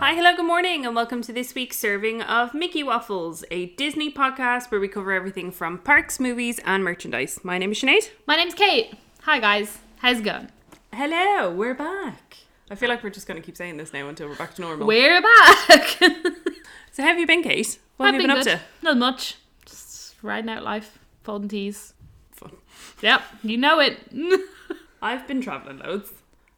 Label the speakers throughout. Speaker 1: Hi, hello, good morning, and welcome to this week's serving of Mickey Waffles, a Disney podcast where we cover everything from parks, movies, and merchandise. My name is Sinead.
Speaker 2: My name's Kate. Hi guys. How's it going?
Speaker 1: Hello, we're back. I feel like we're just going to keep saying this now until we're back to normal.
Speaker 2: We're back.
Speaker 1: so, how have you been, Kate? What have you been, up to?
Speaker 2: Not much. Just riding out life, folding teas.
Speaker 1: Fun.
Speaker 2: Yep, you know it.
Speaker 1: I've been traveling loads.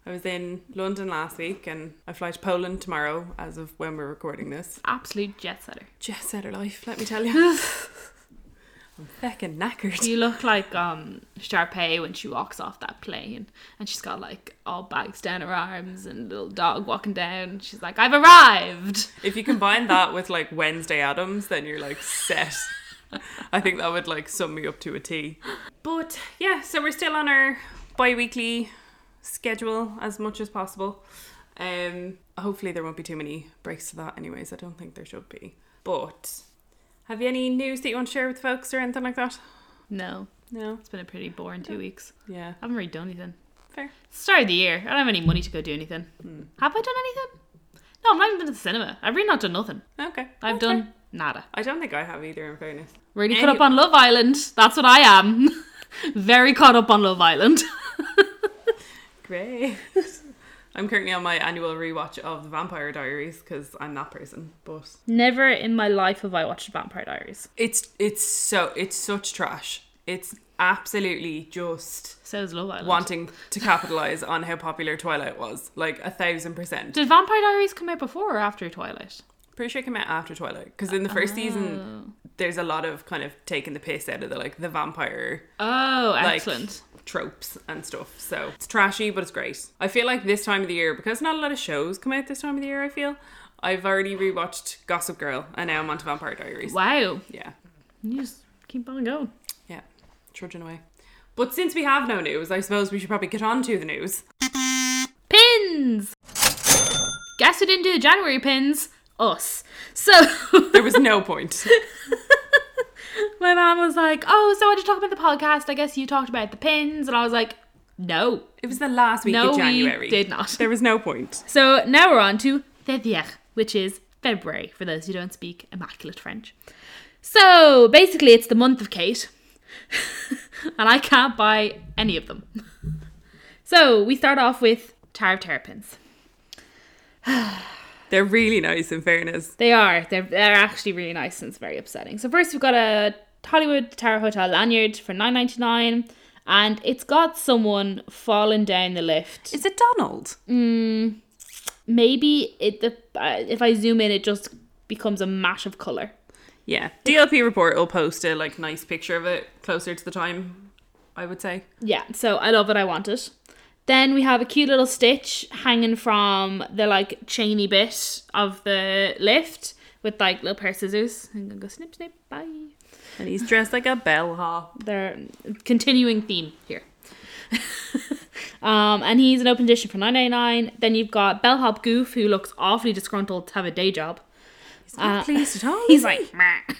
Speaker 1: I was in London last week and I fly to Poland tomorrow as of when we're recording this.
Speaker 2: Absolute jet setter.
Speaker 1: Jet setter life, let me tell you. I'm feckin' knackered.
Speaker 2: You look like um Sharpay when she walks off that plane and she's got like all bags down her arms and little dog walking down. She's like, I've arrived.
Speaker 1: If you combine that with like Wednesday Adams, then you're like set. I think that would like sum me up to a T. But yeah, so we're still on our bi weekly schedule as much as possible. Um, hopefully there won't be too many breaks to that. Anyways, I don't think there should be. But have you any news that you want to share with folks or anything like that?
Speaker 2: No.
Speaker 1: No.
Speaker 2: It's been a pretty boring two weeks.
Speaker 1: Yeah.
Speaker 2: I haven't really done anything.
Speaker 1: Fair.
Speaker 2: Start of the year. I don't have any money to go do anything. Have I done anything? No, I've not even been to the cinema. I've really not done nothing.
Speaker 1: Okay.
Speaker 2: I've
Speaker 1: That's fair.
Speaker 2: done nada.
Speaker 1: I don't think I have either. In fairness.
Speaker 2: Really
Speaker 1: Any-
Speaker 2: caught up on Love Island. That's what I am. Very caught up on Love Island.
Speaker 1: Great. I'm currently on my annual rewatch of The Vampire Diaries because I'm that person. But
Speaker 2: Never in my life have I watched Vampire Diaries.
Speaker 1: it's it's so it's such trash. It's absolutely just
Speaker 2: So is Love Island.
Speaker 1: wanting to capitalize on how popular Twilight was, like a thousand percent.
Speaker 2: Did Vampire Diaries come out before or after Twilight?
Speaker 1: Pretty sure it came out after Twilight because in the first season there's a lot of kind of taking the piss out of the like the vampire
Speaker 2: Oh,
Speaker 1: like,
Speaker 2: excellent.
Speaker 1: tropes and stuff. So it's trashy, but it's great. I feel like this time of the year, because not a lot of shows come out this time of the year, I feel I've already rewatched Gossip Girl and now I'm on to Vampire Diaries.
Speaker 2: Wow.
Speaker 1: Yeah,
Speaker 2: You just keep on going.
Speaker 1: yeah, trudging away. But since we have no news, I suppose we should probably get on to the news.
Speaker 2: Pins! Guess who didn't do the January pins? Us. So
Speaker 1: There was no point.
Speaker 2: my mom was like, Oh, so I did talk about the podcast. I guess you talked about the pins. And I was like, No.
Speaker 1: It was the last week
Speaker 2: No,
Speaker 1: of January.
Speaker 2: we did not.
Speaker 1: There was no point.
Speaker 2: So now we're on to Février, which is February, for those who don't speak immaculate French. So basically, it's the month of Kate, and I can't buy any of them. So we start off with Tower of Terrapins.
Speaker 1: They're really nice, in fairness.
Speaker 2: They are. They're, they're actually really nice and it's very upsetting. So first we've got a Hollywood Tower Hotel lanyard for nine ninety nine, and it's got someone falling down the lift.
Speaker 1: Is it Donald?
Speaker 2: Maybe it the uh, if I zoom in, it just becomes a mash of color.
Speaker 1: Yeah. DLP report will post a like nice picture of it closer to the time, I would say.
Speaker 2: Yeah, so I love it, I want it. Then we have a cute little stitch hanging from the like chainy bit of the lift with like little pair of scissors. I'm gonna go snip snip, bye.
Speaker 1: And he's dressed like a bellhop.
Speaker 2: They're continuing theme here. um, and he's an open edition for nine ninety nine. Then you've got Bellhop Goof, who looks awfully disgruntled to have a day job.
Speaker 1: Uh, He's not pleased at all.
Speaker 2: He's
Speaker 1: is
Speaker 2: like, "Meh."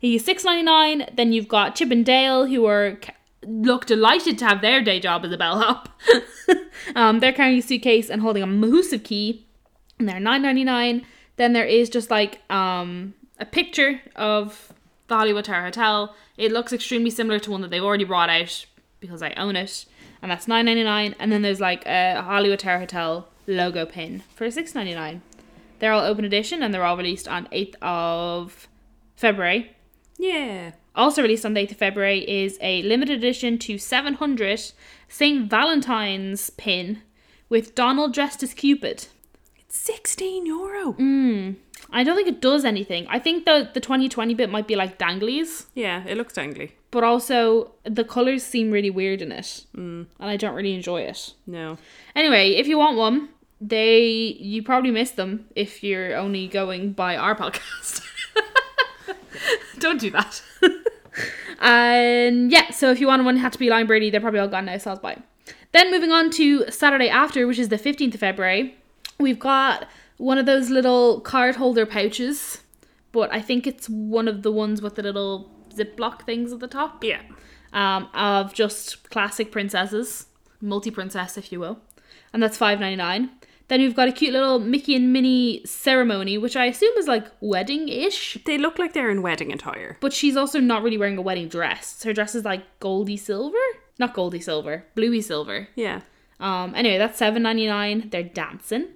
Speaker 2: he's six ninety nine. Then you've got Chip and Dale, who are ca- look delighted to have their day job as a bellhop. um, they're carrying a suitcase and holding a mahoosive key, and they're nine ninety nine. Then there is just like um, a picture of the Hollywood Tower Hotel. It looks extremely similar to one that they've already brought out because I own it, and that's nine ninety nine. And then there's like a Hollywood Tower Hotel logo pin for six ninety nine. They're all open edition and they're all released on 8th of February.
Speaker 1: Yeah.
Speaker 2: Also released on the 8th of February is a limited edition to 700 St. Valentine's pin with Donald dressed as Cupid.
Speaker 1: It's 16 euro.
Speaker 2: I don't think it does anything. I think the, the 2020 bit might be like danglies,
Speaker 1: Yeah, it looks dangly.
Speaker 2: but also the colours seem really weird in it. Mm. And I don't really enjoy it.
Speaker 1: No.
Speaker 2: Anyway, if you want one, they you probably miss them if you're only going by our podcast. Don't do that. and yeah, so if you want one, it had to be Lime Brady. They're probably all gone now, so I'll buy. Then moving on to Saturday after, which is the 15th of February, we've got one of those little card holder pouches, but I think it's one of the ones with the little ziplock things at the top
Speaker 1: Yeah.
Speaker 2: um, of just classic princesses, multi princess, if you will, and that's five ninety nine. Then we've got a cute little Mickey and Minnie ceremony, which I assume is like wedding ish.
Speaker 1: They look like they're in wedding attire.
Speaker 2: But she's also not really wearing a wedding dress. Her dress is like goldy silver, not goldy silver, bluey silver.
Speaker 1: Yeah.
Speaker 2: Um, anyway, that's seven ninety nine. They're dancing.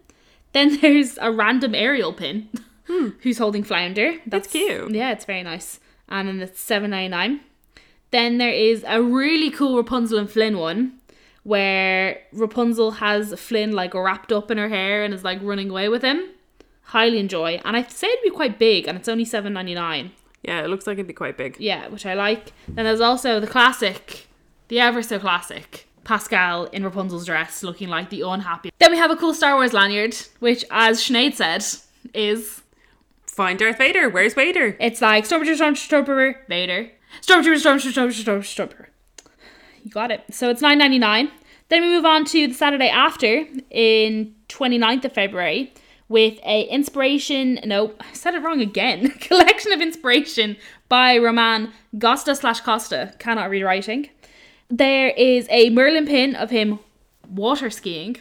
Speaker 2: Then there's a random aerial pin. Who's holding flounder? That's
Speaker 1: cute.
Speaker 2: Yeah, it's very nice. And then it's seven ninety nine. Then there is a really cool Rapunzel and Flynn one, where Rapunzel has Flynn like wrapped up in her hair and is like running away with him. Highly enjoy, and I say it'd be quite big, and it's only seven ninety nine.
Speaker 1: Yeah, it looks like it'd be quite big.
Speaker 2: Yeah, which I like. Then there's also the classic, the ever so classic Pascal in Rapunzel's dress looking like the unhappy. Then we have a cool Star Wars lanyard, which, as Sinead said, is
Speaker 1: Find Darth Vader. Where's Vader?
Speaker 2: it's like Stormtrooper, Stormtrooper, Stormtrooper, Vader. Stormtrooper, Stormtrooper, Stormtrooper, Stormtrooper, Stormtrooper. You got it. So it's nine ninety nine. Then we move on to the Saturday after in 29th of February with a inspiration. No, I said it wrong again. Collection of inspiration by Roman Gosta slash Costa. Cannot read writing. There is a Merlin pin of him water skiing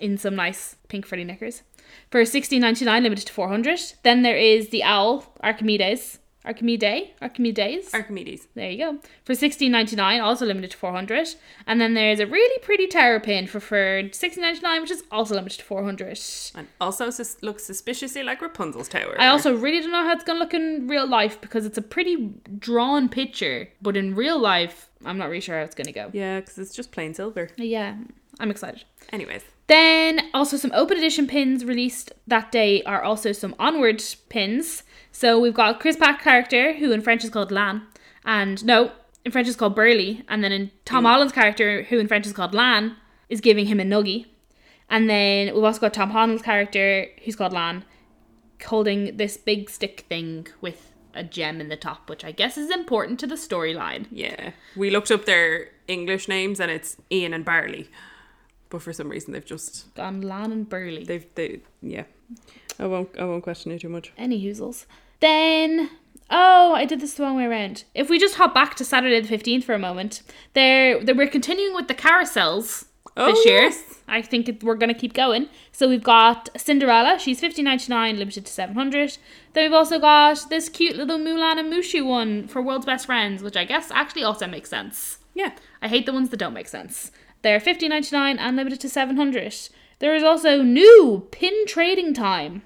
Speaker 2: in some nice pink frilly knickers for sixteen ninety nine, limited to four hundred. Then there is the owl Archimedes, Archimede, Archimedes.
Speaker 1: Archimedes.
Speaker 2: There you go. For sixteen ninety nine, also limited to four hundred. And then there's a really pretty tower pin for for sixteen ninety nine, which is also limited to four hundred.
Speaker 1: And also sus- looks suspiciously like Rapunzel's tower.
Speaker 2: I also really don't know how it's gonna look in real life because it's a pretty drawn picture, but in real life, I'm not really sure how it's gonna go.
Speaker 1: Yeah, because it's just plain silver.
Speaker 2: Yeah, I'm excited.
Speaker 1: Anyways,
Speaker 2: Then also some open edition pins released that day are also some onward pins. So we've got Chris Pack character, who in French is called Lan, and no, in French is called Burley, and then in Tom Holland's character, who in French is called Lan, is giving him a nuggie. And then we've also got Tom Holland's character, who's called Lan, holding this big stick thing with a gem in the top, which I guess is important to the storyline.
Speaker 1: yeah. We looked up their English names and it's Ian and Barley. But for some reason they've just
Speaker 2: On Lan and Burley.
Speaker 1: they've they yeah. I won't I won't question it too much.
Speaker 2: Any hoozles. Then, oh, I did this the wrong way around. If we just hop back to Saturday the 15th for a moment, there, there we're continuing with the carousels
Speaker 1: Oh,
Speaker 2: this year.
Speaker 1: yes.
Speaker 2: I think it- we're going to keep going. So we've got Cinderella, she's 50.99 limited to 700. Then we've also got this cute little Mulan and Mushu one for World's Best Friends, which I guess actually also makes sense.
Speaker 1: Yeah.
Speaker 2: I hate the ones that don't make sense. They're 50.99 and limited to 700. There is also new pin trading time.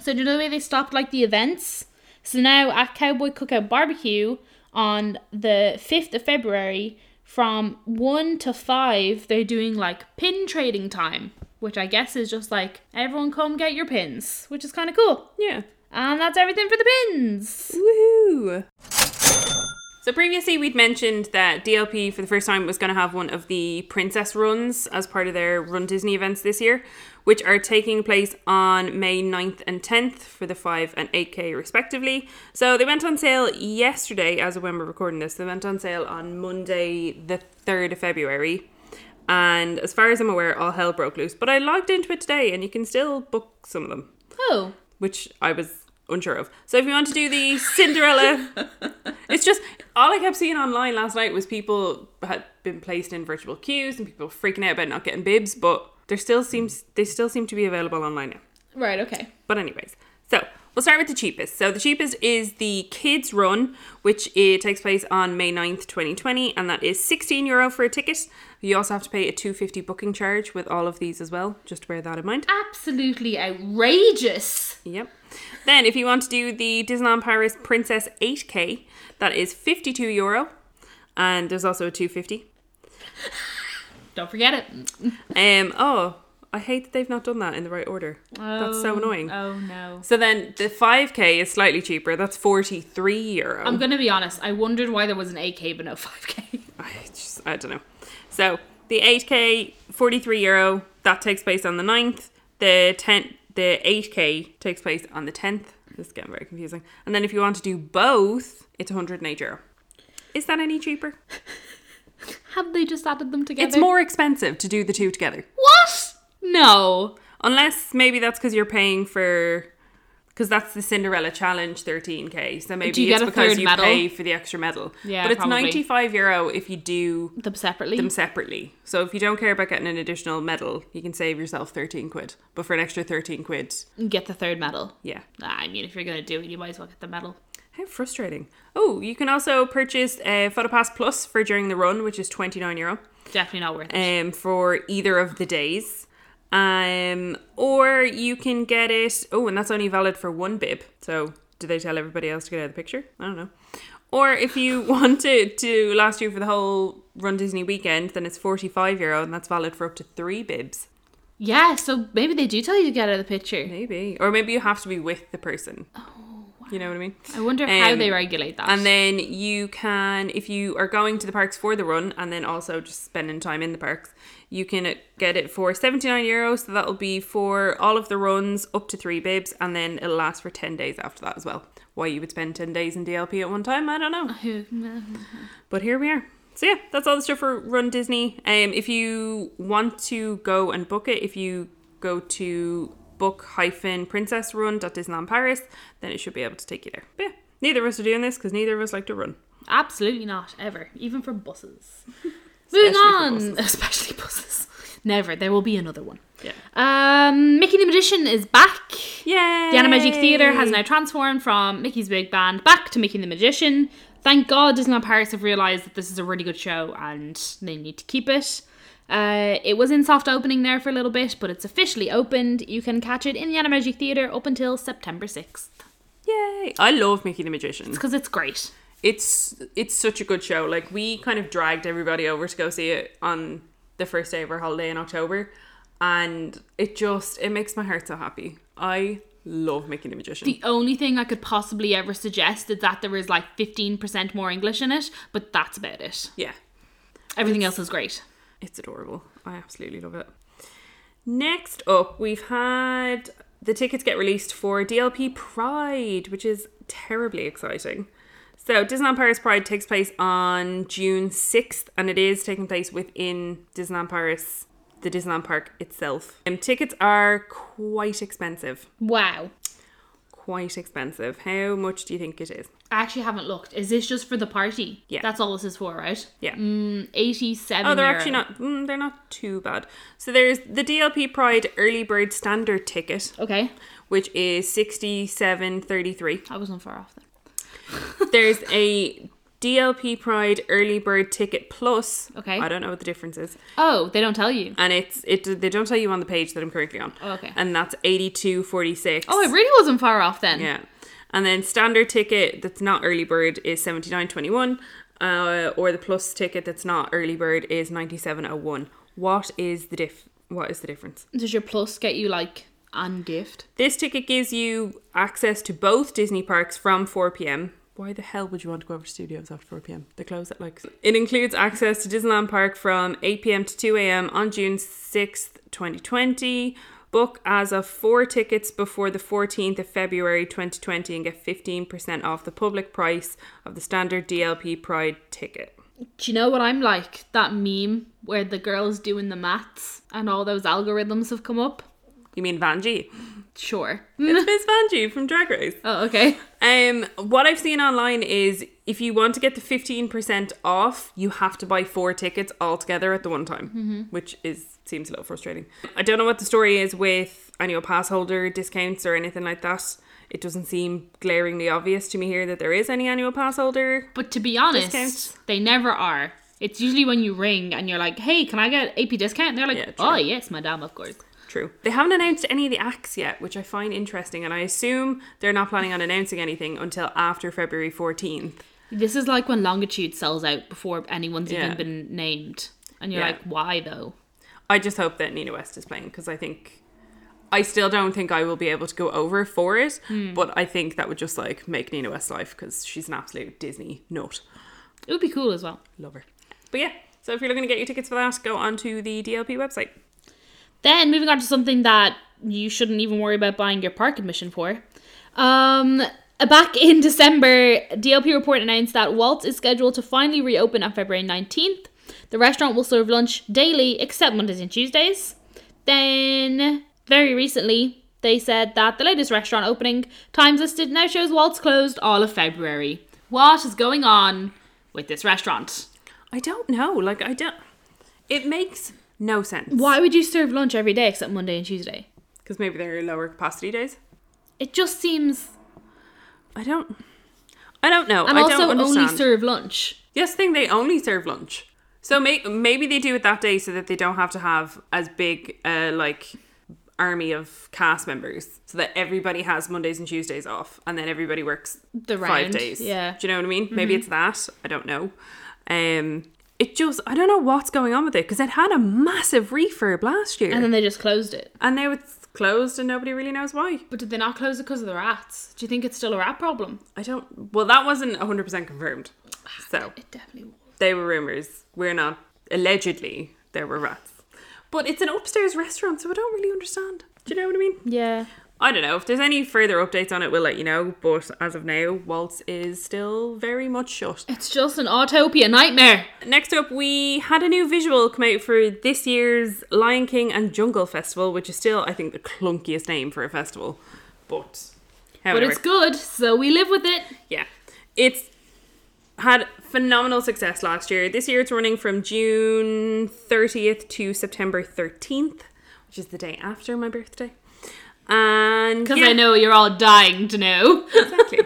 Speaker 2: So do you know the way they stopped like the events? So now at Cowboy Cookout Barbecue on the 5th of February from 1 to 5 they're doing like pin trading time, which I guess is just like everyone come get your pins, which is kind of cool.
Speaker 1: Yeah.
Speaker 2: And that's everything for the pins.
Speaker 1: Woohoo! So previously we'd mentioned that DLP for the first time was going to have one of the princess runs as part of their Run Disney events this year, which are taking place on May 9th and 10th for the 5 and 8k respectively. So they went on sale yesterday as of when we're recording this. They went on sale on Monday the 3rd of February. And as far as I'm aware, all hell broke loose. But I logged into it today and you can still book some of them
Speaker 2: Oh,
Speaker 1: which I was unsure of. So if you want to do the Cinderella, it's just all I kept seeing online last night was people had been placed in virtual queues and people freaking out about not getting bibs, but there still seems they still seem to be available online now.
Speaker 2: right, okay.
Speaker 1: But anyways, so we'll start with the cheapest. So the cheapest is the Kids Run, which it takes place on May 9th, 2020, and that is 16 euro for a ticket. You also have to pay a 250 booking charge with all of these as well. Just bear that in mind.
Speaker 2: Absolutely outrageous.
Speaker 1: Yep. Then, if you want to do the Disneyland Paris Princess 8K, that is 52 euro, and there's also a 250.
Speaker 2: Don't forget it.
Speaker 1: Um. Oh, I hate that they've not done that in the right order. That's so annoying.
Speaker 2: Oh no.
Speaker 1: So then, the 5K is slightly cheaper. That's 43 euro.
Speaker 2: I'm gonna be honest. I wondered why there was an 8K but no 5K.
Speaker 1: I just, I don't know. So the 8K, 43 euro, that takes place on the 9th. The 10, the 8K takes place on the 10th. This is getting very confusing. And then if you want to do both, it's 108 euro. Is that any cheaper?
Speaker 2: Have they just added them together?
Speaker 1: It's more expensive to do the two together.
Speaker 2: What? No.
Speaker 1: Unless maybe that's because you're paying for. because that's the Cinderella Challenge 13k. So maybe
Speaker 2: Do you
Speaker 1: it's
Speaker 2: get a
Speaker 1: because
Speaker 2: third
Speaker 1: you
Speaker 2: medal?
Speaker 1: pay for the extra medal.
Speaker 2: Yeah,
Speaker 1: but it's
Speaker 2: probably.
Speaker 1: 95 euro if you do
Speaker 2: them separately.
Speaker 1: them separately. So if you don't care about getting an additional medal, you can save yourself 13 quid. But for an extra 13 quid,
Speaker 2: get the third medal.
Speaker 1: yeah.
Speaker 2: Ah, I mean, if you're gonna do it, you might as well get the medal.
Speaker 1: How frustrating. Oh, you can also purchase a uh, PhotoPass Plus for during the run, which is 29 euro.
Speaker 2: Definitely not worth it.
Speaker 1: um, for either of the days. Um, or you can get it. Oh, and that's only valid for one bib. So, do they tell everybody else to get out of the picture? I don't know. Or if you want it to last you for the whole Run Disney weekend, then it's 45 euro and that's valid for up to three bibs.
Speaker 2: Yeah, so maybe they do tell you to get out of the picture.
Speaker 1: Maybe. Or maybe you have to be with the person. You know what I mean?
Speaker 2: I wonder how
Speaker 1: Um,
Speaker 2: they regulate that.
Speaker 1: And then you can, if you are going to the parks for the run and then also just spending time in the parks, you can uh, get it for 79 euros. So that'll be for all of the runs up to three bibs and then it'll last for 10 days after that as well. Why you would spend 10 days in DLP at one time, I don't know. But here we are. So yeah, that's all the stuff for Run Disney. Um, if you want to go and book it, if you go to book hyphen princess run.disneyland paris then it should be able to take you there but yeah neither of us are doing this because neither of us like to run
Speaker 2: Absolutely not, ever. Even for buses. Moving
Speaker 1: for
Speaker 2: on.
Speaker 1: buses.
Speaker 2: Especially buses. Never. There will be another one.
Speaker 1: Yeah.
Speaker 2: Um, Mickey the Magician is back.
Speaker 1: Yay!
Speaker 2: The Animagic Theatre has now transformed from Mickey's Big Band back to Mickey the Magician. Thank God Disneyland Paris have realised that this is a really good show and they need to keep it. Uh, it was in soft opening there for a little bit, but it's officially opened. You can catch it in the Animagic Theatre up until September 6th
Speaker 1: Yay! I love Mickey the Magician.
Speaker 2: because it's great.
Speaker 1: It's it's such a good show. Like we kind of dragged everybody over to go see it on the first day of our holiday in October, and it just it makes my heart so happy. I love Mickey the Magician.
Speaker 2: The only thing I could possibly ever suggest is that there is like 15% more English in it, but that's about it.
Speaker 1: yeah,
Speaker 2: Everything else is great.
Speaker 1: it's adorable. I absolutely love it. Next up, we've had the tickets get released for DLP Pride, which is terribly exciting. So, Disneyland Paris Pride takes place on June 6th, and it is taking place within Disneyland Paris, the Disneyland Park itself. Um, tickets are quite expensive.
Speaker 2: Wow.
Speaker 1: Quite expensive. How much do you think it is?
Speaker 2: I actually haven't looked. Is this just for the party?
Speaker 1: Yeah.
Speaker 2: That's all this is for, right?
Speaker 1: Yeah.
Speaker 2: Mm, 87.
Speaker 1: Oh, they're
Speaker 2: euro.
Speaker 1: actually not. Mm, they're not too bad. So there's the DLP Pride Early Bird Standard ticket,
Speaker 2: Okay.
Speaker 1: which is sixty seven thirty three.
Speaker 2: I wasn't far off then.
Speaker 1: There's a DLP Pride Early Bird Ticket Plus.
Speaker 2: Okay.
Speaker 1: I don't know what the difference is,
Speaker 2: Oh, they don't tell you.
Speaker 1: and it's it. They don't tell you on the page that I'm currently on.
Speaker 2: Oh, okay.
Speaker 1: And that's eighty two forty six.
Speaker 2: Oh, I really wasn't far off then.
Speaker 1: yeah. And then standard ticket that's not early bird is seventy nine twenty one, uh, or the plus ticket that's not early bird is ninety seven oh one. What is the diff? What is the difference?
Speaker 2: Does your plus get you like and gift?
Speaker 1: This ticket gives you access to both Disney parks from 4 p.m. Why the hell would you want to go over to studios after 4 p.m.? They close at like. It includes access to Disneyland Park from 8 p.m. to 2 a.m. on June 6th, 2020. Book as of four tickets before the 14th of February 2020 and get 15% off the public price of the standard DLP Pride ticket.
Speaker 2: Do you know what I'm like? That meme where the girl's doing the maths and all those algorithms have come up?
Speaker 1: You mean Vanjie?
Speaker 2: Sure.
Speaker 1: It's Miss Vanjie from Drag Race.
Speaker 2: Oh, okay.
Speaker 1: Um, what I've seen online is if you want to get the fifteen percent off, you have to buy four tickets all together at the one time, which is seems a little frustrating. I don't know what the story is with annual pass holder discounts or anything like that. It doesn't seem glaringly obvious to me here that there is any annual pass holder.
Speaker 2: But to be honest,
Speaker 1: Discounts.
Speaker 2: they never are. It's usually when you ring and you're like, hey, can I get AP discount? And they're like,
Speaker 1: Yeah, true.
Speaker 2: oh, yes, madame, of course.
Speaker 1: True, they haven't announced any of the acts yet, which I find interesting, and I assume they're not planning on announcing anything until after February fourteenth.
Speaker 2: This is like when Longitude sells out before anyone's
Speaker 1: Yeah.
Speaker 2: even been named. And you're
Speaker 1: Yeah.
Speaker 2: like, why though?
Speaker 1: I just hope that Nina West is playing because I think I still don't think I will be able to go over for it,
Speaker 2: Hmm.
Speaker 1: but I think that would just like make Nina West life because she's an absolute Disney nut.
Speaker 2: It would be cool as well.
Speaker 1: Love her. But yeah, so if you're looking to get your tickets for that, go onto the DLP website.
Speaker 2: Then moving on to something that you shouldn't even worry about buying your park admission for. Um, back in December, DLP report announced that Waltz is scheduled to finally reopen on February 19th. The restaurant will serve lunch daily except Mondays and Tuesdays. Then, very recently, They said that the latest restaurant opening times listed now shows Walt's closed all of February. What is going on with this restaurant?
Speaker 1: I don't know. Like I don't. It makes no sense.
Speaker 2: Why would you serve lunch every day except Monday and Tuesday?
Speaker 1: Because maybe they're lower capacity days.
Speaker 2: It just seems.
Speaker 1: I don't. I don't know.
Speaker 2: And
Speaker 1: I
Speaker 2: also
Speaker 1: don't
Speaker 2: only
Speaker 1: understand.
Speaker 2: serve lunch.
Speaker 1: Yes, thing they only serve lunch. So may- maybe they do it that day so that they don't have to have as big uh, like army of cast members, so that everybody has Mondays and Tuesdays off, and then everybody works
Speaker 2: The
Speaker 1: five
Speaker 2: round,
Speaker 1: days.
Speaker 2: yeah. Mm-hmm.
Speaker 1: do you know what I mean? Maybe it's that. I don't know. Um, it just I don't know what's going on with it because it had a massive refurb last year,
Speaker 2: And
Speaker 1: and,
Speaker 2: then they just closed it.
Speaker 1: now it's closed, and nobody really knows why.
Speaker 2: But did they not close it because of the rats? Do you think it's still a rat problem?
Speaker 1: I don't. Well, that wasn't hundred percent confirmed, so
Speaker 2: It definitely was.
Speaker 1: They were rumors. We're not allegedly there were rats. But it's an upstairs restaurant, so I don't really understand. Do you know what I mean?
Speaker 2: Yeah.
Speaker 1: I don't know. If there's any further updates on it, we'll let you know. But as of now, Waltz is still very much shut.
Speaker 2: It's just an autopia nightmare.
Speaker 1: Next up, we had a new visual come out for this year's Lion King and Jungle Festival, which is still, I think, the clunkiest name for a festival. But,
Speaker 2: But
Speaker 1: however,
Speaker 2: it's good, so we live with it.
Speaker 1: yeah, it's had phenomenal success last year. This year it's running from June 30th to September 13th, which is the day after my birthday. And
Speaker 2: Because
Speaker 1: yeah,
Speaker 2: I know you're all dying to know.
Speaker 1: exactly.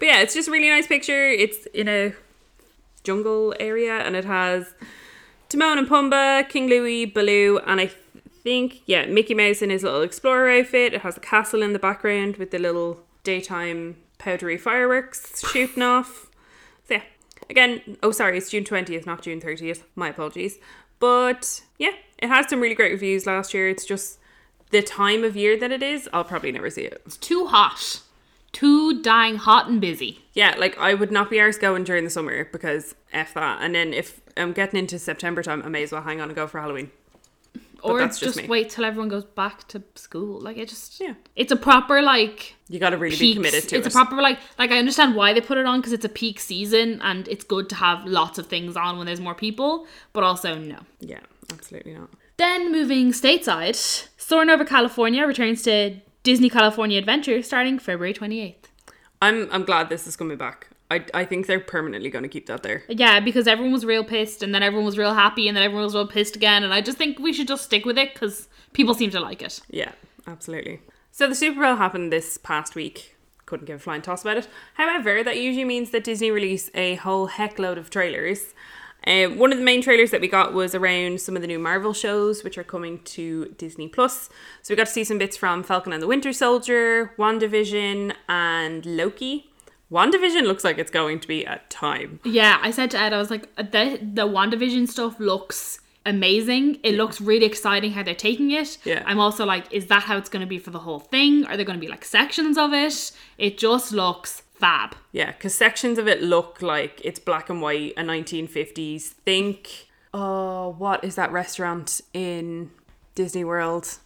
Speaker 1: But yeah, it's just a really nice picture. It's in a jungle area and it has Timon and Pumbaa, King Louie, Baloo, and I th- think, yeah, Mickey Mouse in his little explorer outfit. It has the castle in the background with the little daytime powdery fireworks shooting off. So yeah, again, oh sorry, it's June 20th, not June 30th. My apologies. But yeah, it has some really great reviews last year. It's just the time of year that it is. I'll probably never see it.
Speaker 2: it's too hot. Too dying hot and busy.
Speaker 1: Yeah, like I would not be arsed going during the summer because F that. And then if I'm getting into September time, I may as well hang on and go for Halloween.
Speaker 2: or
Speaker 1: that's
Speaker 2: just,
Speaker 1: just me.
Speaker 2: wait till everyone goes back to school. Like it just
Speaker 1: Yeah.
Speaker 2: It's a proper like
Speaker 1: You got to really be
Speaker 2: peak.
Speaker 1: committed to
Speaker 2: it's
Speaker 1: it.
Speaker 2: a proper like like I understand why they put it on because it's a peak season and it's good to have lots of things on when there's more people, but also no.
Speaker 1: yeah, absolutely not.
Speaker 2: Then moving stateside, Soarin' Over California returns to Disney California Adventure starting February 28th.
Speaker 1: I'm I'm glad this is coming back. I I think they're permanently going to keep that there.
Speaker 2: Yeah, because everyone was real pissed and then everyone was real happy and then everyone was real pissed again and I just think we should just stick with it cuz people seem to like it.
Speaker 1: Yeah, absolutely. So the Super Bowl happened this past week. Couldn't give a flying toss about it. However, that usually means that Disney release a whole heck load of trailers. Uh, one of the main trailers that we got was around some of the new Marvel shows, which are coming to Disney Plus. So we got to see some bits from Falcon and the Winter Soldier, WandaVision, and Loki. WandaVision looks like it's going to be a time.
Speaker 2: Yeah, I said to Ed, I was like, "Uh, the the WandaVision stuff looks amazing. It looks really exciting how they're taking it.
Speaker 1: Yeah.
Speaker 2: I'm also like, is that how it's going to be for the whole thing? Are there going to be like sections of it? It just looks fab.
Speaker 1: Yeah, because sections of it look like it's black and white, a 1950s. Think, oh, what is that restaurant in Disney World?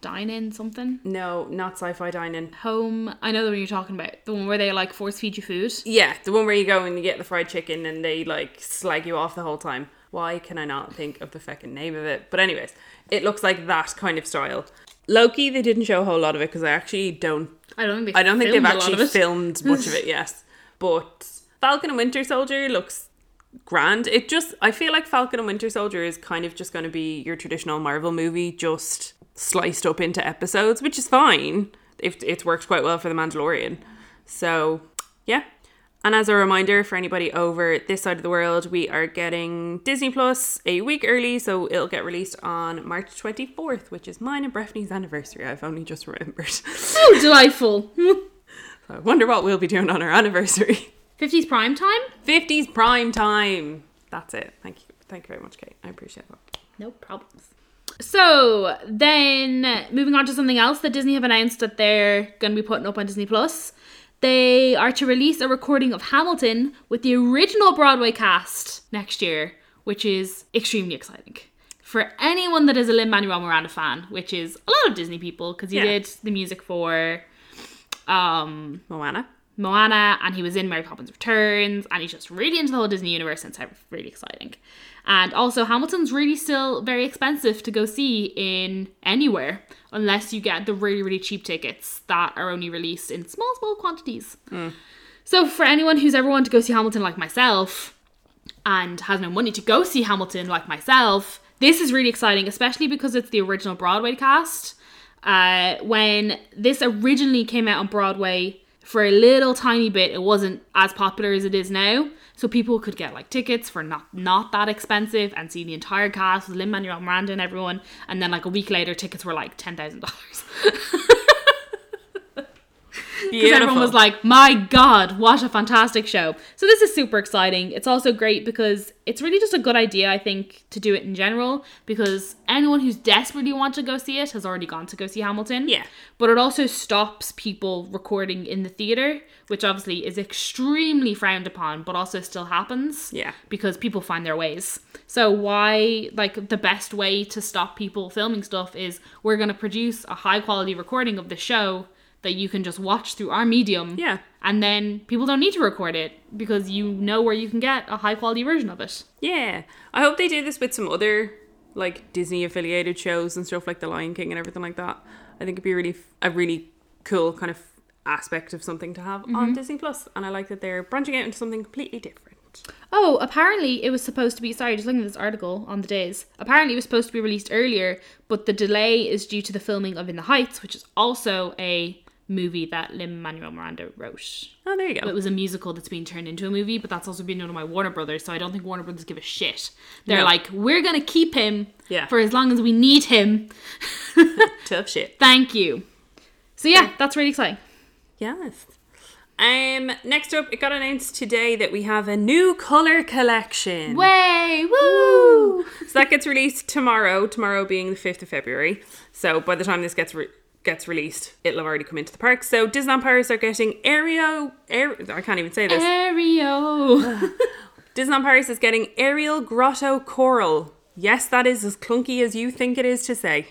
Speaker 2: Dine in something.
Speaker 1: No, not sci fi dining.
Speaker 2: Home. I know the one you're talking about. The one where they like force feed you food.
Speaker 1: Yeah, the one where you go and you get the fried chicken and they like slag you off the whole time. Why can I not think of the fucking name of it? But, anyways, it looks like that kind of style. Loki, they didn't show a whole lot of it because I actually don't
Speaker 2: I don't think they.
Speaker 1: I don't think they've
Speaker 2: filmed a lot
Speaker 1: actually
Speaker 2: of it.
Speaker 1: filmed much of it yet. But Falcon and Winter Soldier looks grand. It just I feel like Falcon and Winter Soldier is kind of just going to be your traditional Marvel movie just sliced up into episodes, which is fine. If it's worked quite well for The Mandalorian. So, yeah. And as a reminder for anybody over this side of the world, we are getting Disney Plus a week early, so it'll get released on March 24th, which is mine and Breffney's anniversary. I've only just remembered.
Speaker 2: So delightful.
Speaker 1: I wonder what we'll be doing on our anniversary.
Speaker 2: 50s prime time?
Speaker 1: 50s prime time. That's it. Thank you. Thank you very much, Kate. I appreciate that.
Speaker 2: No problems. So then, moving on to something else that Disney have announced that they're going to be putting up on Disney Plus, they are to release a recording of Hamilton with the original Broadway cast next year, which is extremely exciting for anyone that is a Lin Manuel Miranda fan, which is a lot of Disney people because he
Speaker 1: Yeah.
Speaker 2: did the music for um
Speaker 1: Moana.
Speaker 2: Moana, and he was in Mary Poppins Returns, and he's just really into the whole Disney universe, and it's really exciting. And also, Hamilton's really still very expensive to go see in anywhere, unless you get the really, really cheap tickets that are only released in small, small quantities. So, for anyone who's ever wanted to go see Hamilton like myself, and has no money to go see Hamilton like myself, this is really exciting, especially because it's the original Broadway cast. Uh, when this originally came out on Broadway for a little tiny bit, it wasn't as popular as it is now. So people could get like tickets for not not that expensive and see the entire cast with Lin Manuel Miranda and everyone. And then like a week later, tickets were like ten thousand dollars. Because everyone was like, my God, what a fantastic show. So this is super exciting. It's also great because it's really just a good idea, I think, to do it in general because anyone who's desperately want to go see it has already gone to go see Hamilton.
Speaker 1: Yeah.
Speaker 2: But it also stops people recording in the theatre, which obviously is extremely frowned upon, but also still happens
Speaker 1: Yeah.
Speaker 2: because people find their ways. So why like the best way to stop people filming stuff is we're going to produce a high quality recording of the show that you can just watch through our medium.
Speaker 1: Yeah.
Speaker 2: And then people don't need to record it because you know where you can get a high quality version of it.
Speaker 1: Yeah. I hope they do this with some other like Disney affiliated shows and stuff like The Lion King and everything like that. I think it'd be really f- a really cool kind of aspect of something to have on Disney Plus and I like that they're branching out into something completely different.
Speaker 2: Oh, apparently it was supposed to be. Sorry, just looking at this article on the days. Apparently it was supposed to be released earlier, but the delay is due to the filming of In the Heights, which is also a movie that Lin Manuel Miranda wrote.
Speaker 1: Oh, there you
Speaker 2: It
Speaker 1: go.
Speaker 2: was a musical that's been turned into a movie, but that's also been done by Warner Brothers, so I don't think Warner Brothers give a shit. They're
Speaker 1: No.
Speaker 2: like, we're gonna keep him
Speaker 1: Yeah.
Speaker 2: for as long as we need him.
Speaker 1: Tough shit.
Speaker 2: Thank you. So yeah, that's really exciting.
Speaker 1: Yes. Um next up it got announced today that we have a new color collection.
Speaker 2: Way woo!
Speaker 1: So that gets released tomorrow. Tomorrow being the fifth of February. So by the time this gets re- gets released, it'll have already come into the park. So Disneyland Paris are getting Aereo. Aer- I can't even say this.
Speaker 2: Aereo.
Speaker 1: Disneyland Paris is getting Aerial Grotto Coral. Yes, that is as clunky as you think it is to say.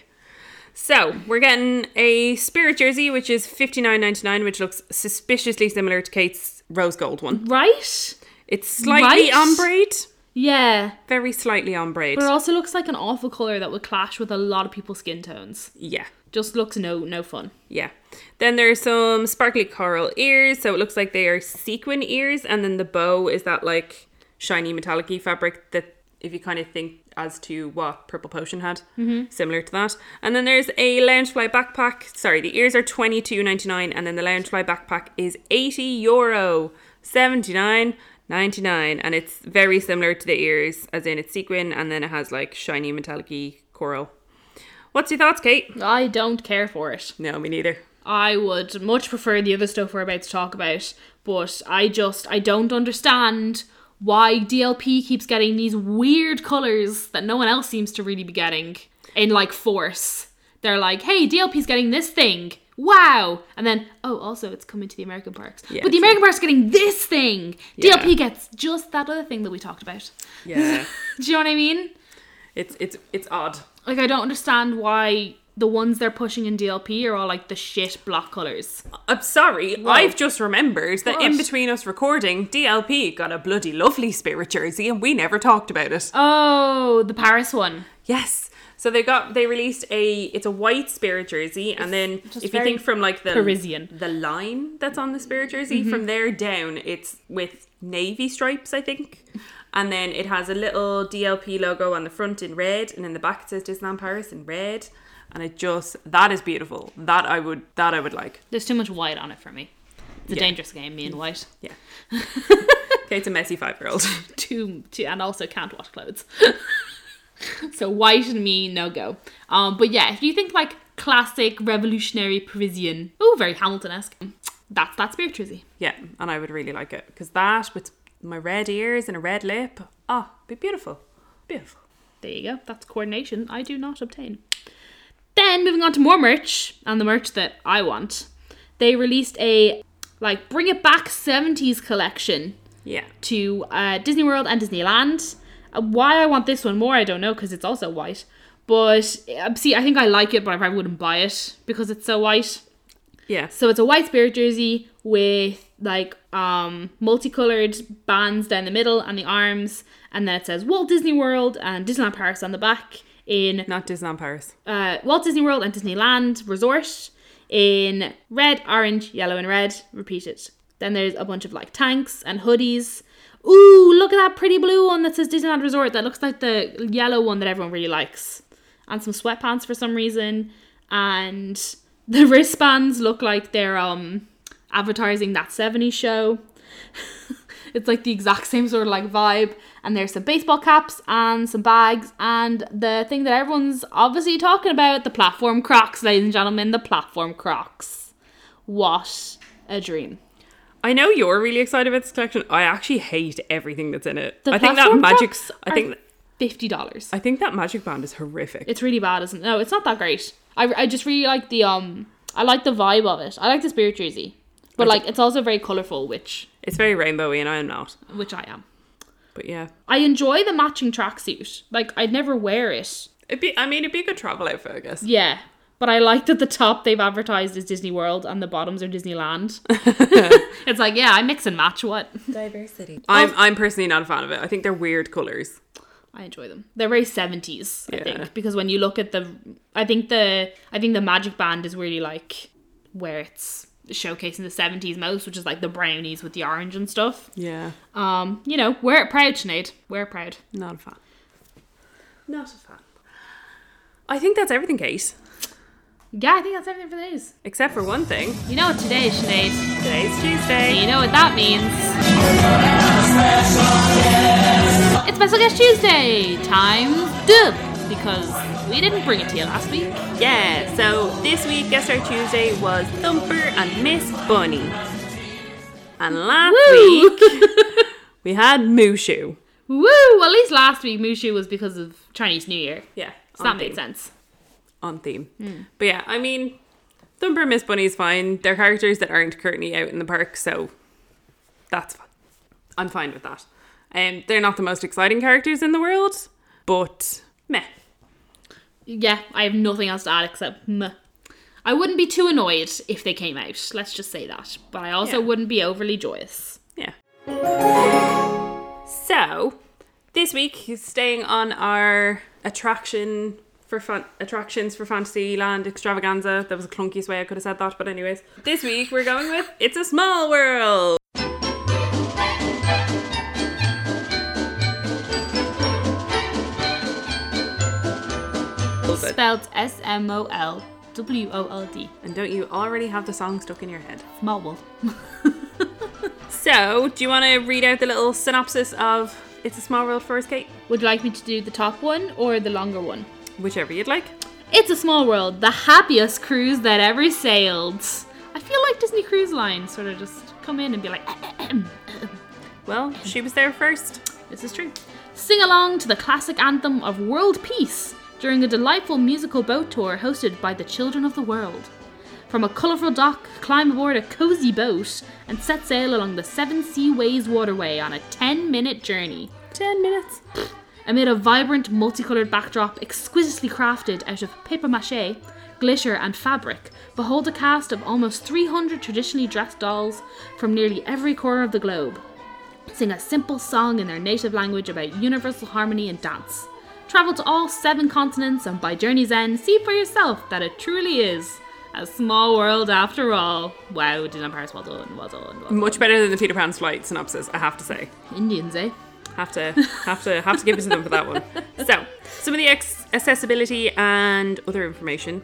Speaker 1: So we're getting a spirit jersey, which is fifty nine ninety nine, which looks suspiciously similar to Kate's rose gold one.
Speaker 2: right?
Speaker 1: It's slightly
Speaker 2: Right?
Speaker 1: on braid,
Speaker 2: Yeah.
Speaker 1: very slightly on braid.
Speaker 2: But it also looks like an awful colour that would clash with a lot of people's skin tones.
Speaker 1: Yeah.
Speaker 2: Just looks no no fun.
Speaker 1: Yeah. Then there's some sparkly coral ears, so it looks like they are sequin ears, and then the bow is that like shiny metallic fabric that if you kind of think as to what Purple Potion had, similar to that. And then there's a Loungefly backpack. Sorry, the ears are twenty two ninety nine, and then the Loungefly backpack is eighty euro seventy nine. 99 and it's very similar to the ears as in it's sequin and then it has like shiny metallic coral what's your thoughts kate
Speaker 2: I don't care for it.
Speaker 1: no me neither
Speaker 2: I would much prefer the other stuff we're about to talk about, but I just I don't understand why DLP keeps getting these weird colors that no one else seems to really be getting in like force. They're like, "Hey, DLP's getting this thing." Wow. And then, "Oh, also it's coming to the American parks."
Speaker 1: Yeah,
Speaker 2: but
Speaker 1: true.
Speaker 2: the American parks getting this thing.
Speaker 1: Yeah.
Speaker 2: DLP gets just that other thing that we talked about.
Speaker 1: yeah
Speaker 2: Do you know what I mean?
Speaker 1: It's it's it's odd.
Speaker 2: Like I don't understand why the ones they're pushing in DLP are all like the shit block colors.
Speaker 1: I'm Uh, sorry. I've just remembered that in
Speaker 2: What?
Speaker 1: between us recording, DLP got a bloody lovely spirit jersey, and we never talked about it.
Speaker 2: Oh, the Paris one.
Speaker 1: Yes. Uh, So they got they released a it's a white spirit jersey, and then
Speaker 2: just
Speaker 1: if you
Speaker 2: very
Speaker 1: think from like the
Speaker 2: Parisian.
Speaker 1: the line that's on the spirit jersey from there down, it's with navy stripes, I think. And then it has a little DLP logo on the front in red, and in the back it says Disneyland Paris in red. And it just that is beautiful. That I would that I would like.
Speaker 2: There's too much white on it for me. It's a
Speaker 1: Yeah.
Speaker 2: dangerous game, me and white.
Speaker 1: Yeah. Kate's a messy five year old.
Speaker 2: Too, too, and also can't wash clothes. so white and me, no go. Um, but yeah, if you think like classic revolutionary Parisian, oh, very Hamilton-esque. That's that spirit jersey.
Speaker 1: Yeah, and I would really like it because that with my red ears and a red lip, ah, be beautiful, beautiful.
Speaker 2: There you go. That's coordination I do not obtain. Then moving on to more merch and the merch that I want, they released a like bring it back 70s collection
Speaker 1: Yeah,
Speaker 2: to uh, Disney World and Disneyland. Uh, Why I want this one more, I don't know, because it's also white. But uh, see, I think I like it, but I probably wouldn't buy it because it's so white.
Speaker 1: Yeah.
Speaker 2: So it's a white spirit jersey with like um multicolored bands down the middle and the arms, and then it says Walt Disney World and Disneyland Paris on the back in
Speaker 1: Not Disneyland Paris.
Speaker 2: uh, Walt Disney World and Disneyland Resort in red, orange, yellow, and red. Repeat it. Then there's a bunch of like tanks and hoodies. Ooh, look at that pretty blue one that says Disneyland Resort. That looks like the yellow one that everyone really likes. And some sweatpants for some reason. And the wristbands look like they're um advertising that 70s show. it's like the exact same sort of like vibe. And there's some baseball caps and some bags and the thing that everyone's obviously talking about, the platform crocs, ladies and gentlemen, the platform crocs. What a dream.
Speaker 1: I know you're really excited about this collection. I actually hate everything that's in it.
Speaker 2: The
Speaker 1: I think that
Speaker 2: platform
Speaker 1: magic.
Speaker 2: crocs
Speaker 1: I think.
Speaker 2: are fifty dollars.
Speaker 1: I think that magic band is horrific.
Speaker 2: It's really bad, isn't it? No, it's not that great. I, I just really like the um I like the vibe of it. I like the spirit jersey. But like it's also very colourful, which
Speaker 1: It's very rainbowy, and I am not.
Speaker 2: which I am.
Speaker 1: But yeah,
Speaker 2: I enjoy the matching tracksuit. Like I'd never wear it.
Speaker 1: it'd be. I mean, it'd be a good travel outfit, I guess.
Speaker 2: Yeah. But I like that the top they've advertised is Disney World and the bottoms are Disneyland. it's like, yeah, I mix and match what.
Speaker 1: Diversity. I'm. I'm personally not a fan of it. I think they're weird colors.
Speaker 2: I enjoy them. They're very 70s, I
Speaker 1: Yeah.
Speaker 2: think, because when you look at the I think the I think the Magic Band is really like where it's showcasing the 70s most, which is like the brownies with the orange and stuff.
Speaker 1: Yeah,
Speaker 2: Um, you know, wear it proud, Sinead. Wear it proud.
Speaker 1: not a fan. Not a fan. I think that's everything, Kate.
Speaker 2: Yeah, I think that's everything for the news.
Speaker 1: Except for one thing.
Speaker 2: You know what today is, Sinead?
Speaker 1: Today's Tuesday.
Speaker 2: You know what that means. It's Special Guest Tuesday, times dub, because we didn't bring it to you last week.
Speaker 1: Yeah, so this week Guest Star Tuesday was Thumper and Miss Bunny. And last
Speaker 2: Woo!
Speaker 1: week we had Mushu.
Speaker 2: Woo! Well, at least last week Mushu was because of Chinese New Year.
Speaker 1: Yeah.
Speaker 2: So that made sense. Hmm.
Speaker 1: On theme. But yeah, I mean, Thumper and Miss Bunny is fine. They're characters that aren't currently out in the park, so that's fine. I'm fine with that. Um, they're not the most exciting characters in the world, but meh.
Speaker 2: Yeah, I have nothing else to add except meh. I wouldn't be too annoyed if they came out, let's just say that. But I also
Speaker 1: Yeah.
Speaker 2: wouldn't be overly joyous.
Speaker 1: Yeah. So, this week he's staying on our attraction for fun attractions for Fantasyland extravaganza. That was the clunkiest way I could have said that, but anyways, this week we're going with It's a Small World.
Speaker 2: Spelled S M O L W O L D.
Speaker 1: And don't you already have the song stuck in your head?
Speaker 2: Small world.
Speaker 1: So, do you want to read out the little synopsis of It's a Small World for us, Kate?
Speaker 2: Would you like me to do the top one or the longer one?
Speaker 1: Whichever you'd like.
Speaker 2: It's a small world, the happiest cruise that ever sailed. I feel like Disney Cruise Line sort of just come in and be like,
Speaker 1: Well, she was there first.
Speaker 2: this is true. Sing along to the classic anthem of world peace during a delightful musical boat tour hosted by the children of the world. From a colourful dock, climb aboard a cozy boat and set sail along the Seven Sea Ways waterway on a 10 minute journey.
Speaker 1: 10 minutes.
Speaker 2: Amid a vibrant, multicoloured backdrop exquisitely crafted out of paper mache, glitter, and fabric, behold a cast of almost 300 traditionally dressed dolls from nearly every corner of the globe. Sing a simple song in their native language about universal harmony and dance. Travel to all seven continents and by journey's end, see for yourself that it truly is a small world after all. Wow, Disneyland Paris, well done, well done, well done.
Speaker 1: Much better than the Peter Pan's flight synopsis, I have to say.
Speaker 2: Indians, eh?
Speaker 1: Have to have to have to give it to them for that one. So, some of the ex- accessibility and other information.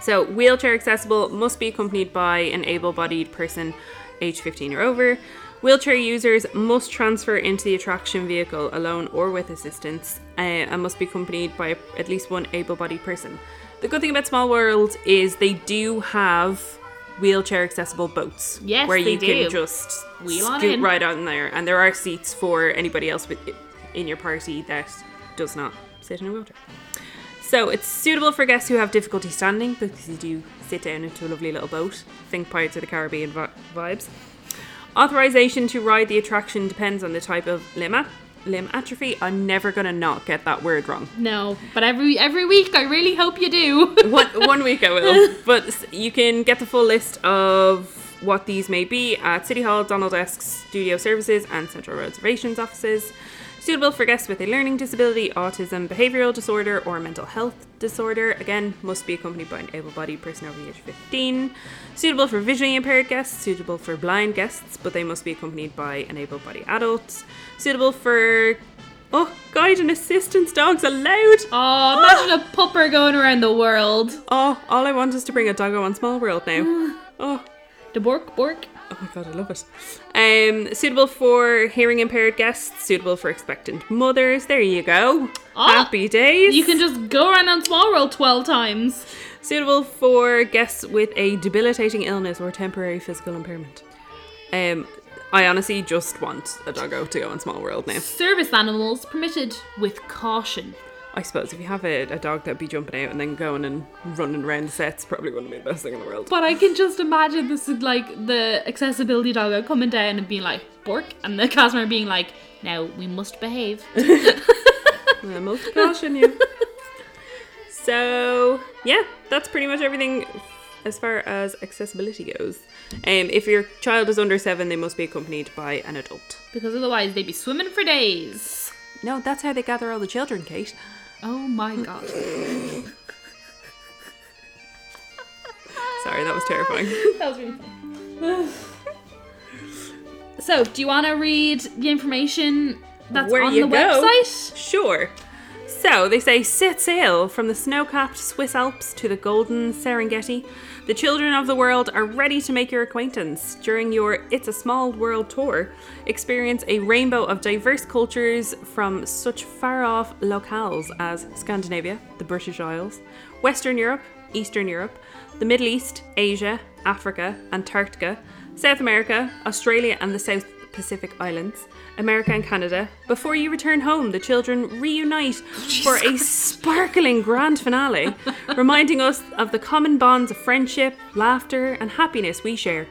Speaker 1: So, wheelchair accessible must be accompanied by an able-bodied person age 15 or over. Wheelchair users must transfer into the attraction vehicle alone or with assistance uh, and must be accompanied by at least one able-bodied person. The good thing about Small World is they do have wheelchair accessible boats
Speaker 2: Yes,
Speaker 1: where
Speaker 2: they
Speaker 1: you
Speaker 2: do.
Speaker 1: can just
Speaker 2: Wheel on
Speaker 1: scoot
Speaker 2: in.
Speaker 1: right on there, and there are seats for anybody else with in your party that does not sit in a wheelchair. So it's suitable for guests who have difficulty standing because you do sit down into a lovely little boat. Think Pirates of the Caribbean vi- vibes. Authorization to ride the attraction depends on the type of lima. limb atrophy. I'm never gonna not get that word wrong.
Speaker 2: No, but every every week I really hope you do.
Speaker 1: one, one week I will. But s- you can get the full list of what these may be at City Hall, Donald Desk's studio services, and Central Reservations offices. Suitable for guests with a learning disability, autism, behavioural disorder, or mental health disorder. Again, must be accompanied by an able bodied person over the age of 15. Suitable for visually impaired guests, suitable for blind guests, but they must be accompanied by an able bodied adult. Suitable for. Oh, guide and assistance dogs allowed!
Speaker 2: Oh, imagine a pupper going around the world.
Speaker 1: Oh, all I want is to bring a dog on Small World now.
Speaker 2: Mm.
Speaker 1: Oh,
Speaker 2: The Bork Bork.
Speaker 1: oh my god, I love it. Um, suitable for hearing impaired guests, suitable for expectant mothers. There you go.
Speaker 2: Ah,
Speaker 1: Happy days.
Speaker 2: You can just go around on Small World 12 times.
Speaker 1: suitable for guests with a debilitating illness or temporary physical impairment. Um, I honestly just want a doggo to go on Small World now.
Speaker 2: Service animals permitted with caution.
Speaker 1: I suppose if you have a, a dog that'd be jumping out and then going and running around the sets, probably wouldn't be the best thing in the world.
Speaker 2: But I can just imagine this is like the accessibility doggo coming down and being like, Bork, and the customer being like, now we must behave.
Speaker 1: I'm multi-caution you. so yeah, that's pretty much everything as far as accessibility goes. Um, if your child is under seven, they must be accompanied by an adult.
Speaker 2: because otherwise they'd be swimming for days.
Speaker 1: No, that's how they gather all the children, Kate.
Speaker 2: Oh my god.
Speaker 1: Sorry, that was terrifying.
Speaker 2: that was really fun. so, do you want to read the information that's
Speaker 1: Where
Speaker 2: on
Speaker 1: you
Speaker 2: the
Speaker 1: go.
Speaker 2: website?
Speaker 1: Sure. So they say, set sail from the snow capped Swiss Alps to the golden Serengeti. The children of the world are ready to make your acquaintance. During your It's a Small World tour, experience a rainbow of diverse cultures from such far off locales as Scandinavia, the British Isles, Western Europe, Eastern Europe, the Middle East, Asia, Africa, Antarctica, South America, Australia, and the South Pacific Islands, America and Canada. Before you return home, the children reunite for a sparkling grand finale, reminding us of the common bonds of friendship, laughter, and happiness we share.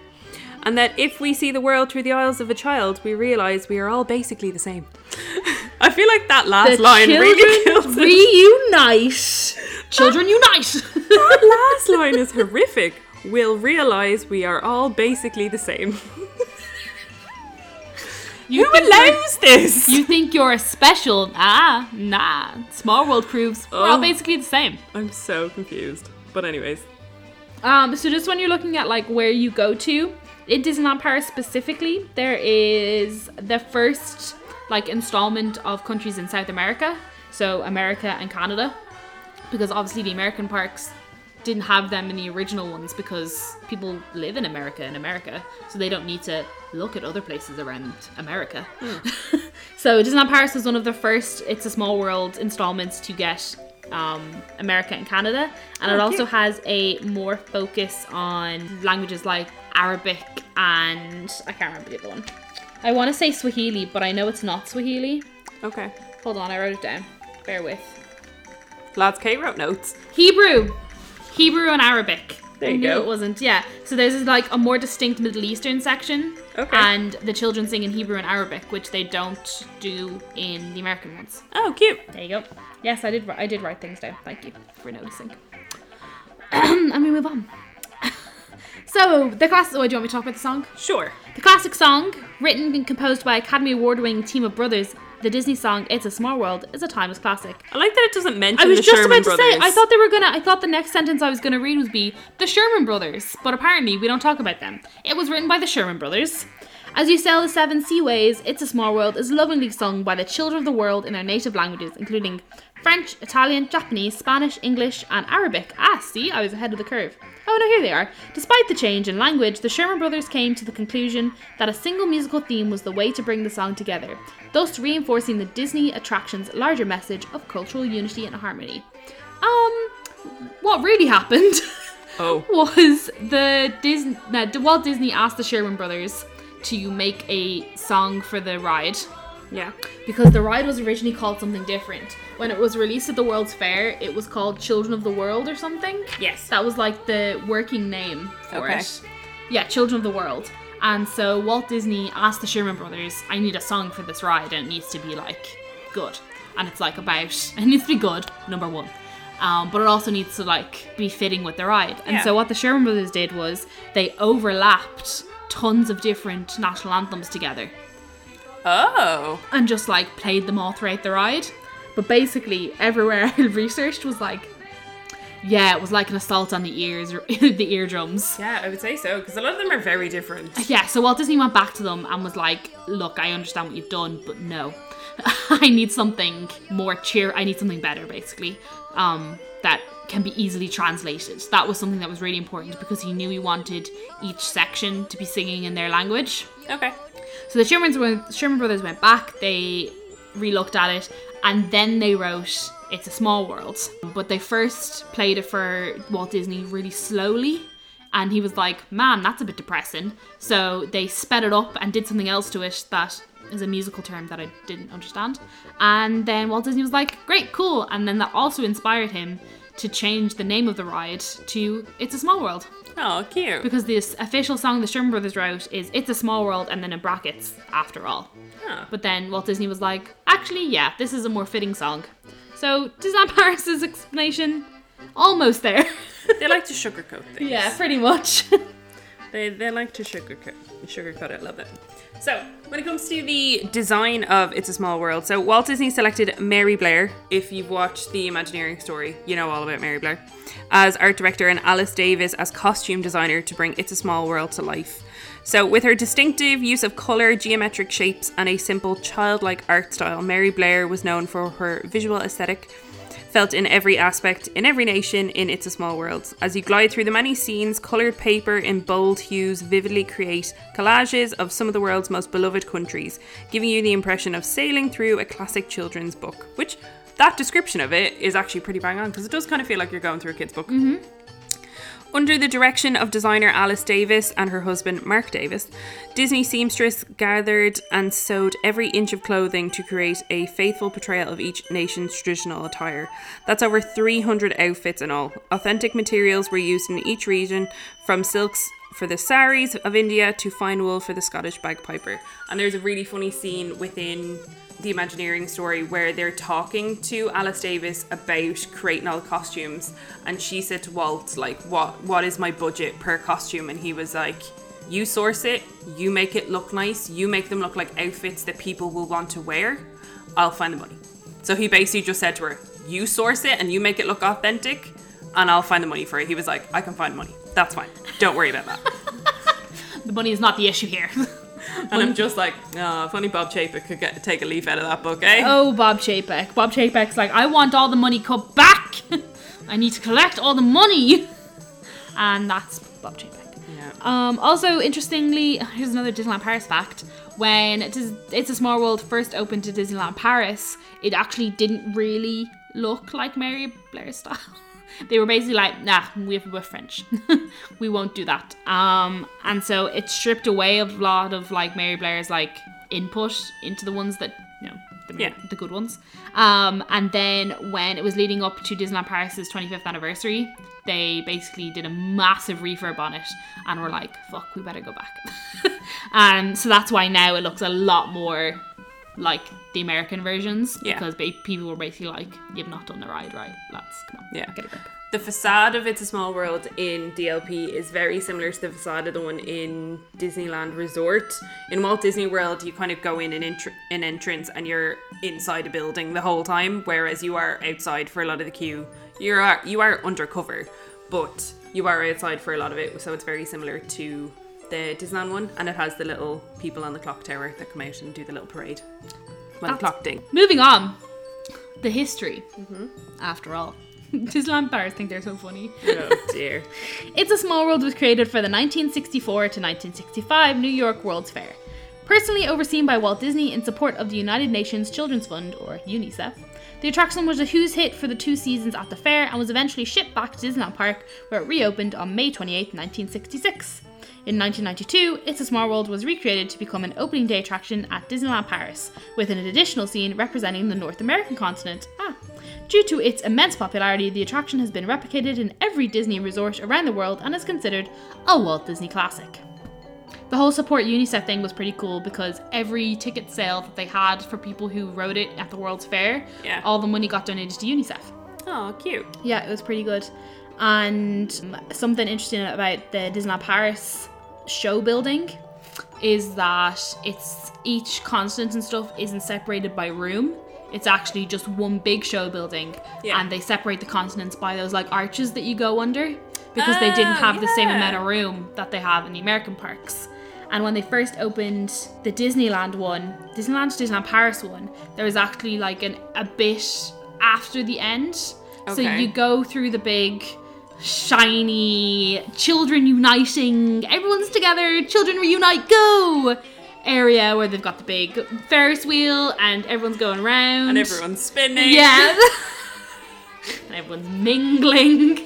Speaker 1: And that if we see the world through the eyes of a child, we realise we are all basically the same. I feel like that last
Speaker 2: The
Speaker 1: line really
Speaker 2: children
Speaker 1: kills it.
Speaker 2: reunite. Children unite.
Speaker 1: that last line is horrific. We'll realise we are all basically the same.
Speaker 2: You
Speaker 1: Who
Speaker 2: think you're-
Speaker 1: allows this?
Speaker 2: You think you're special? Ah, nah. Small world proves we're all
Speaker 1: Oh.
Speaker 2: basically the same.
Speaker 1: I'm so confused. But anyways,
Speaker 2: Um, so just when you're looking at like where you go to, it is not Paris specifically. There is the first like installment of countries in South America, so America and Canada, because obviously the American parks didn't have them in the original ones because people live in America in America, so they don't need to look at other places around America. so it is not Paris was one of the first It's a Small World installments to get um, America and Canada, and it
Speaker 1: Oh,
Speaker 2: also
Speaker 1: cute.
Speaker 2: has a more focus on languages like Arabic and I can't remember the other one. I want to say Swahili, but I know it's not Swahili.
Speaker 1: okay.
Speaker 2: Hold on, I wrote it down. Bear with.
Speaker 1: Lads, Kate wrote notes.
Speaker 2: Hebrew, Hebrew and Arabic.
Speaker 1: There
Speaker 2: I
Speaker 1: you
Speaker 2: knew
Speaker 1: go.
Speaker 2: It wasn't, yeah. So there's this, like a more distinct Middle Eastern section,
Speaker 1: Okay.
Speaker 2: and the children sing in Hebrew and Arabic, which they don't do in the American ones.
Speaker 1: Oh, cute.
Speaker 2: There you go. Yes, I did. wri- I did write things down. Thank you for noticing. and we move on. so the class. Oh, do you want me to talk about the song?
Speaker 1: Sure.
Speaker 2: The classic song, written and composed by Academy Award-winning team of brothers, the Disney song "It's a Small World" is a timeless classic.
Speaker 1: I like that it doesn't mention
Speaker 2: I was
Speaker 1: the
Speaker 2: just
Speaker 1: Sherman
Speaker 2: about to
Speaker 1: brothers.
Speaker 2: say. I thought they were gonna. I thought the next sentence I was gonna read would be the Sherman Brothers, but apparently we don't talk about them. It was written by the Sherman Brothers. As you sail the seven seaways, "It's a Small World" is lovingly sung by the children of the world in their native languages, including French, Italian, Japanese, Spanish, English, and Arabic. Ah, see, I was ahead of the curve. Oh no, here they are. Despite the change in language, the Sherman Brothers came to the conclusion that a single musical theme was the way to bring the song together, thus reinforcing the Disney attraction's larger message of cultural unity and harmony. Um, what really happened
Speaker 1: Oh.
Speaker 2: was the Disney, no, the Walt Disney asked the Sherman Brothers to make a song for the ride
Speaker 1: Yeah.
Speaker 2: because the ride was originally called something different. When it was released at the World's Fair, it was called Children of the World or something.
Speaker 1: Yes.
Speaker 2: That was like the working name for
Speaker 1: Okay.
Speaker 2: it. Yeah, Children of the World. And so Walt Disney asked the Sherman Brothers, I need a song for this ride, and it needs to be like good. And it's like about, it needs to be good, number one. Um, but it also needs to like be fitting with the ride. And
Speaker 1: Yeah.
Speaker 2: so what the Sherman Brothers did was they overlapped tons of different national anthems together
Speaker 1: Oh.
Speaker 2: and just like played them all throughout the ride. But basically, everywhere I researched was like, yeah, it was like an assault on the ears, the eardrums.
Speaker 1: Yeah, I would say so, because a lot of them are very different.
Speaker 2: Yeah, so Walt Disney went back to them and was like, "Look, I understand what you've done, but no, I need something more cheer. I need something better, basically, um, that can be easily translated." That was something that was really important because he knew he wanted each section to be singing in their language.
Speaker 1: Okay.
Speaker 2: So the Sherman's went, Sherman Brothers went back. They relooked at it, and then they wrote "It's a Small World." But they first played it for Walt Disney really slowly, and he was like, "Man, that's a bit depressing." So they sped it up and did something else to it that is a musical term that I didn't understand. And then Walt Disney was like, "Great, cool," and then that also inspired him to change the name of the ride to "It's a Small World."
Speaker 1: Oh, cute.
Speaker 2: because this official song the Sherman Brothers wrote is "It's a Small World" and then in brackets after all.
Speaker 1: Huh.
Speaker 2: But then Walt Disney was like, actually, yeah, this is a more fitting song. So Disneyland Paris's explanation, almost there.
Speaker 1: They like to sugarcoat things.
Speaker 2: yeah, pretty much.
Speaker 1: They, they like to sugarcoat sugarcoat it a little bit. So when it comes to the design of It's a Small World, so Walt Disney selected Mary Blair. If you've watched the Imagineering story, you know all about Mary Blair. As art director and Alice Davis as costume designer to bring It's a Small World to life. So with her distinctive use of color, geometric shapes, and a simple childlike art style, Mary Blair was known for her visual aesthetic felt in every aspect, in every nation, in It's a Small World. As you glide through the many scenes, coloured paper in bold hues vividly create collages of some of the world's most beloved countries, giving you the impression of sailing through a classic children's book, which that description of it is actually pretty bang on because it does kind of feel like you're going through a kid's book. Under the direction of designer Alice Davis and her husband Mark Davis, Disney seamstress gathered and sewed every inch of clothing to create a faithful portrayal of each nation's traditional attire. That's over 300 outfits in all. Authentic materials were used in each region, from silks for the saris of India to fine wool for the Scottish bagpiper. And there's a really funny scene within the Imagineering story where they're talking to Alice Davis about creating all the costumes, and she said to Walt, like, what what is my budget per costume? And he was like, You source it, you make it look nice, you make them look like outfits that people will want to wear, I'll find the money. So he basically just said to her, You source it and you make it look authentic, and I'll find the money for it. He was like, I can find money. That's fine. Don't worry about that.
Speaker 2: the money is not the issue here.
Speaker 1: and I'm just like, oh, if only Bob Chapek could get, take a leaf out of that book, eh?
Speaker 2: oh, Bob Chapek. Bob Chapek's like, I want all the money cut back. I need to collect all the money. And that's Bob Chapek.
Speaker 1: Yeah.
Speaker 2: Um, also, interestingly, here's another Disneyland Paris fact. When Dis- It's a Small World first opened to Disneyland Paris, it actually didn't really look like Mary Blair's style. They were basically like, nah, we- we're French. we won't do that. Um, and so it stripped away a lot of like Mary Blair's like input into the ones that, you know, the,
Speaker 1: Yeah.
Speaker 2: the good ones. Um, and then when it was leading up to Disneyland Paris's 25th anniversary, they basically did a massive refurb on it and were like, fuck, we better go back. and so that's why now it looks a lot more like the American versions
Speaker 1: Yeah.
Speaker 2: because ba- people were basically like, you've not done the ride right, lads. Come on,
Speaker 1: Yeah.
Speaker 2: get a grip.
Speaker 1: The facade of It's a Small World in DLP is very similar to the facade of the one in Disneyland Resort. In Walt Disney World, you kind of go in an, entr- an entrance and you're inside a building the whole time, whereas you are outside for a lot of the queue. You are you are undercover, but you are outside for a lot of it, so it's very similar to the Disneyland one, and it has the little people on the clock tower that come out and do the little parade when the
Speaker 2: That's-
Speaker 1: clock ding.
Speaker 2: Moving on, the history.
Speaker 1: Mm-hmm.
Speaker 2: After all, Disneyland Paris think they're so funny.
Speaker 1: Oh dear.
Speaker 2: It's a Small World was created for the 1964 to 1965 New York World's Fair. Personally overseen by Walt Disney in support of the United Nations Children's Fund, or UNICEF, the attraction was a huge hit for the two seasons at the fair and was eventually shipped back to Disneyland Park, where it reopened on May 28, 1966. In 1992, It's a Small World was recreated to become an opening day attraction at Disneyland Paris, with an additional scene representing the North American continent. Ah. Due to its immense popularity, the attraction has been replicated in every Disney resort around the world and is considered a Walt Disney classic. The whole support UNICEF thing was pretty cool because every ticket sale that they had for people who rode it at the World's Fair,
Speaker 1: Yeah.
Speaker 2: all the money got donated to UNICEF.
Speaker 1: Oh, cute.
Speaker 2: Yeah, it was pretty good. And um, something interesting about the Disneyland Paris show building is that it's each constant and stuff isn't separated by room. It's actually just one big show building,
Speaker 1: Yeah.
Speaker 2: and they separate the continents by those like arches that you go under because they didn't
Speaker 1: Oh,
Speaker 2: have the same
Speaker 1: yeah.
Speaker 2: amount of room that they have in the American parks. And when they first opened the Disneyland one, Disneyland to Disneyland Paris one, there was actually like an a bit after the end. So
Speaker 1: Okay.
Speaker 2: you go through the big shiny children uniting, everyone's together, children reunite, go area where they've got the big Ferris wheel and everyone's going around.
Speaker 1: And everyone's spinning.
Speaker 2: Yeah. and everyone's mingling.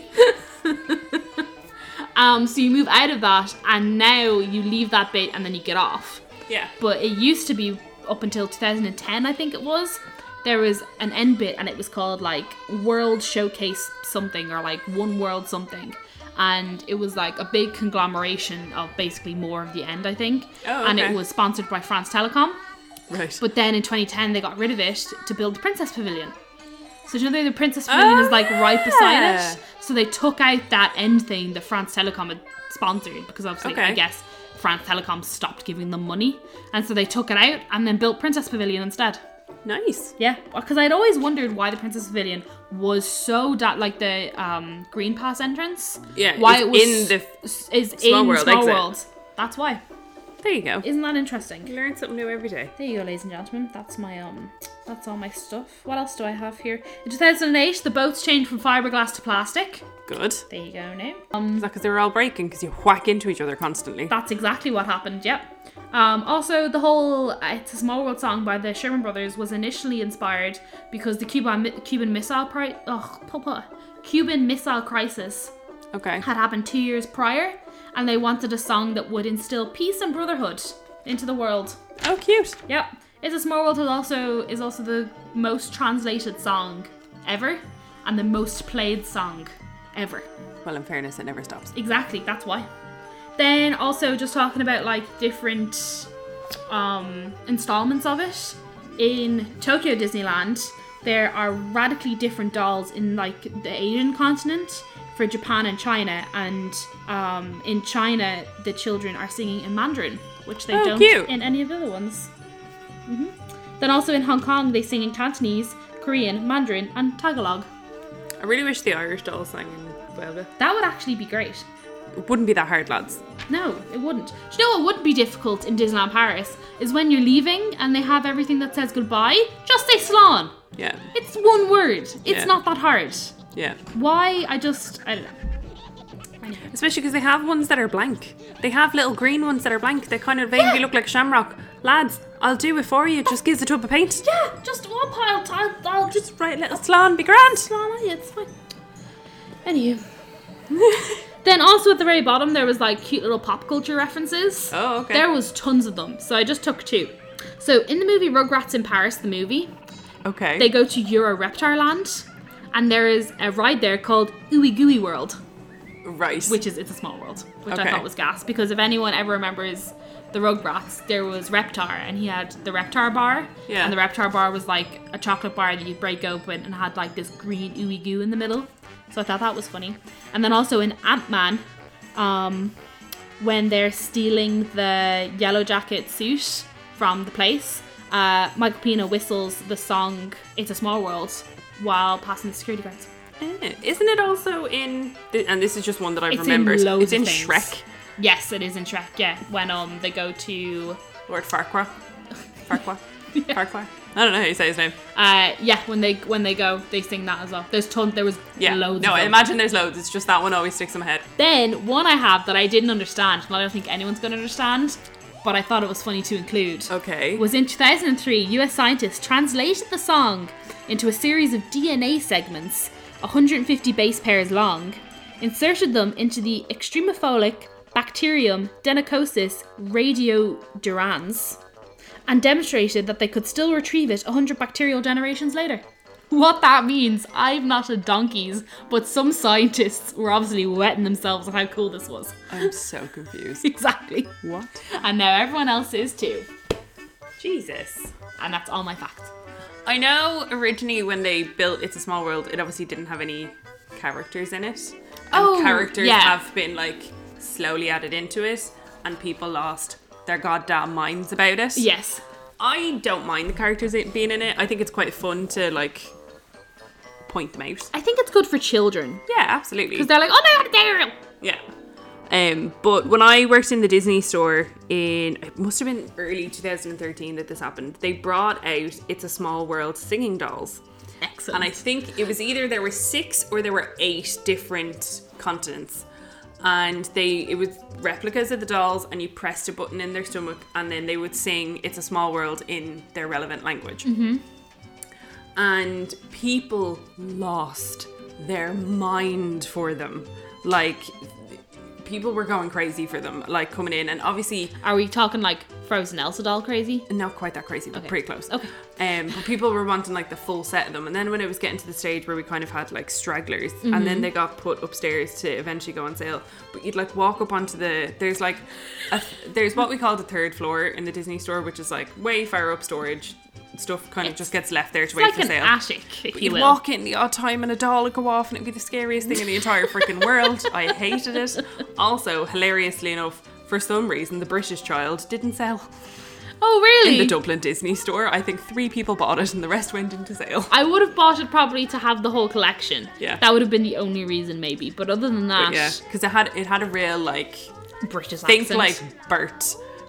Speaker 2: um, so you move out of that, and now you leave that bit and then you get off.
Speaker 1: Yeah.
Speaker 2: But it used to be up until 2010, I think it was. There was an end bit, and it was called like World Showcase something or like One World something. And it was like a big conglomeration of basically more of the end, I think.
Speaker 1: Oh,
Speaker 2: And it
Speaker 1: okay.
Speaker 2: was sponsored by France Telecom.
Speaker 1: Right.
Speaker 2: But then in 2010, they got rid of it to build the Princess Pavilion. So do you know the Princess Pavilion is like right beside
Speaker 1: yeah.
Speaker 2: it? So they took out that end thing that France Telecom had sponsored because obviously I
Speaker 1: Okay.
Speaker 2: guess France Telecom stopped giving them money, and so they took it out and then built Princess Pavilion instead.
Speaker 1: nice.
Speaker 2: Yeah, because I'd always wondered why the Princess Pavilion was so da- like the um, Green Pass entrance.
Speaker 1: Yeah,
Speaker 2: why
Speaker 1: it's
Speaker 2: it was
Speaker 1: in the
Speaker 2: s- is
Speaker 1: Small
Speaker 2: in
Speaker 1: World
Speaker 2: Small
Speaker 1: exit.
Speaker 2: World. That's why.
Speaker 1: There you go.
Speaker 2: Isn't that interesting?
Speaker 1: You learn something new every day.
Speaker 2: There you go, ladies and gentlemen. That's my um, that's all my stuff. What else do I have here? In 2008, the boats changed from fiberglass to plastic.
Speaker 1: Good. Is
Speaker 2: There you go now.
Speaker 1: that because they were all breaking because you whack into each other constantly?
Speaker 2: That's exactly what happened. Yep. Um, also, the whole uh, "It's a Small World" song by the Sherman Brothers was initially inspired because the Cuban Cuban Missile Pri- oh, papa, Cuban Missile Crisis
Speaker 1: Okay.
Speaker 2: had happened two years prior, and they wanted a song that would instill peace and brotherhood into the world.
Speaker 1: Oh, cute.
Speaker 2: Yep. It's a Small World is also is also the most translated song ever and the most played song ever.
Speaker 1: Well, in fairness, it never stops.
Speaker 2: Exactly, that's why. Then also just talking about like different um installments of it. In Tokyo Disneyland, there are radically different dolls in like the Asian continent for Japan and China, and um, in China the children are singing in Mandarin, which they
Speaker 1: Oh,
Speaker 2: don't
Speaker 1: cute.
Speaker 2: in any of the other ones. Mm-hmm. Then also in Hong Kong they sing in Cantonese, Korean, Mandarin, and Tagalog.
Speaker 1: I really wish the Irish doll sang in Velvet.
Speaker 2: That would actually be great.
Speaker 1: It wouldn't be that hard, lads.
Speaker 2: No, it wouldn't. Do you know what would be difficult in Disneyland Paris is when you're leaving and they have everything that says goodbye, just say salon.
Speaker 1: Yeah.
Speaker 2: It's one word. It's
Speaker 1: Yeah.
Speaker 2: not that hard.
Speaker 1: Yeah.
Speaker 2: Why? I just I don't know. I know.
Speaker 1: Especially because they have ones that are blank. They have little green ones that are blank. They kind of vaguely look like shamrock. Lads, I'll do it for you. Just give us a tub of paint.
Speaker 2: Yeah, just one pile. I'll, I'll just
Speaker 1: Just write little slan, be grand.
Speaker 2: salon. on it, It's fine. Anywho. then also at the very bottom there was like cute little pop culture references.
Speaker 1: Oh, okay.
Speaker 2: There was tons of them, so I just took two. So in the movie Rugrats in Paris, the movie,
Speaker 1: okay.
Speaker 2: they go to Euro Reptar Land, and there is a ride there called Ooey Gooey World,
Speaker 1: right.
Speaker 2: which is it's a small world, which I
Speaker 1: Okay.
Speaker 2: thought was gas because if anyone ever remembers the Rugrats, there was Reptar, and he had the Reptar bar,
Speaker 1: Yeah.
Speaker 2: and the Reptar bar was like a chocolate bar that you break open and had like this green ooey goo in the middle. So I thought that was funny, and then also in Ant Man, um, when they're stealing the yellow jacket suit from the place, uh, Michael Pina whistles the song "It's a Small World" while passing the security guards.
Speaker 1: Eh, Isn't it also in? th- And this is just one that I've
Speaker 2: It's in
Speaker 1: remembered.
Speaker 2: loads
Speaker 1: it's
Speaker 2: of
Speaker 1: in
Speaker 2: things.
Speaker 1: Shrek.
Speaker 2: Yes, it is in Shrek. Yeah, when um they go to
Speaker 1: Lord Farquhar. Farquhar. Farquhar. I don't know how you say his name.
Speaker 2: uh yeah when they when they go they sing that as well. There's tons. There was
Speaker 1: Yeah.
Speaker 2: loads.
Speaker 1: no,
Speaker 2: of
Speaker 1: I
Speaker 2: them.
Speaker 1: imagine there's loads. It's just that one always sticks in my head.
Speaker 2: Then one I have that I didn't understand, and I don't think anyone's going to understand, but I thought it was funny to include.
Speaker 1: Okay.
Speaker 2: Was in 2003, US scientists translated the song into a series of DNA segments, 150 base pairs long, inserted them into the extremofolic bacterium denicosis radiodurans, and demonstrated that they could still retrieve it 100 bacterial generations later. What that means, I'm not a donkey's, but some scientists were obviously wetting themselves on how cool this was.
Speaker 1: I'm so confused.
Speaker 2: Exactly.
Speaker 1: What?
Speaker 2: And now everyone else is too.
Speaker 1: Jesus.
Speaker 2: And that's all my facts.
Speaker 1: I know originally when they built It's a Small World, it obviously didn't have any characters in it. And
Speaker 2: Oh,
Speaker 1: characters
Speaker 2: yeah.
Speaker 1: have been like slowly added into it, and people lost their goddamn minds about it.
Speaker 2: Yes.
Speaker 1: I don't mind the characters i- being in it. I think it's quite fun to like point them out.
Speaker 2: I think it's good for children.
Speaker 1: Yeah, absolutely.
Speaker 2: Because they're like, oh my god, Daryl!
Speaker 1: Yeah. Um, but when I worked in the Disney store in it must have been early 2013 that this happened. They brought out It's a Small World singing dolls.
Speaker 2: Excellent.
Speaker 1: And I think it was either there were six or there were eight different continents. And they it was replicas of the dolls and you pressed a button in their stomach and then they would sing It's a Small World in their relevant language. And people lost their mind for them. Like people were going crazy for them, like coming in and obviously
Speaker 2: Are we talking like Frozen Elsa doll crazy?
Speaker 1: not quite that crazy, but
Speaker 2: Okay.
Speaker 1: pretty close.
Speaker 2: Okay.
Speaker 1: Um, but people were wanting like the full set of them, and then when it was getting to the stage where we kind of had like stragglers, and
Speaker 2: Mm-hmm.
Speaker 1: then they got put upstairs to eventually go on sale. But you'd like walk up onto the there's like a, there's what we call the third floor in the Disney store, which is like way far up storage. Stuff kind of
Speaker 2: It's-
Speaker 1: just gets left there to
Speaker 2: It's
Speaker 1: wait
Speaker 2: like
Speaker 1: for
Speaker 2: an
Speaker 1: sale.
Speaker 2: attic, if
Speaker 1: But
Speaker 2: you
Speaker 1: you'd
Speaker 2: will.
Speaker 1: walk in the odd time and a doll would go off and it'd be the scariest thing in the entire freaking world. I hated it. Also, hilariously enough, for some reason, the British child didn't sell
Speaker 2: oh, really?
Speaker 1: in the Dublin Disney store. I think three people bought it and the rest went into sale.
Speaker 2: I would have bought it probably to have the whole collection.
Speaker 1: Yeah.
Speaker 2: That would have been the only reason, maybe. But other than that,
Speaker 1: Yeah, because it had it had a real like
Speaker 2: British
Speaker 1: think
Speaker 2: accent.
Speaker 1: like Bert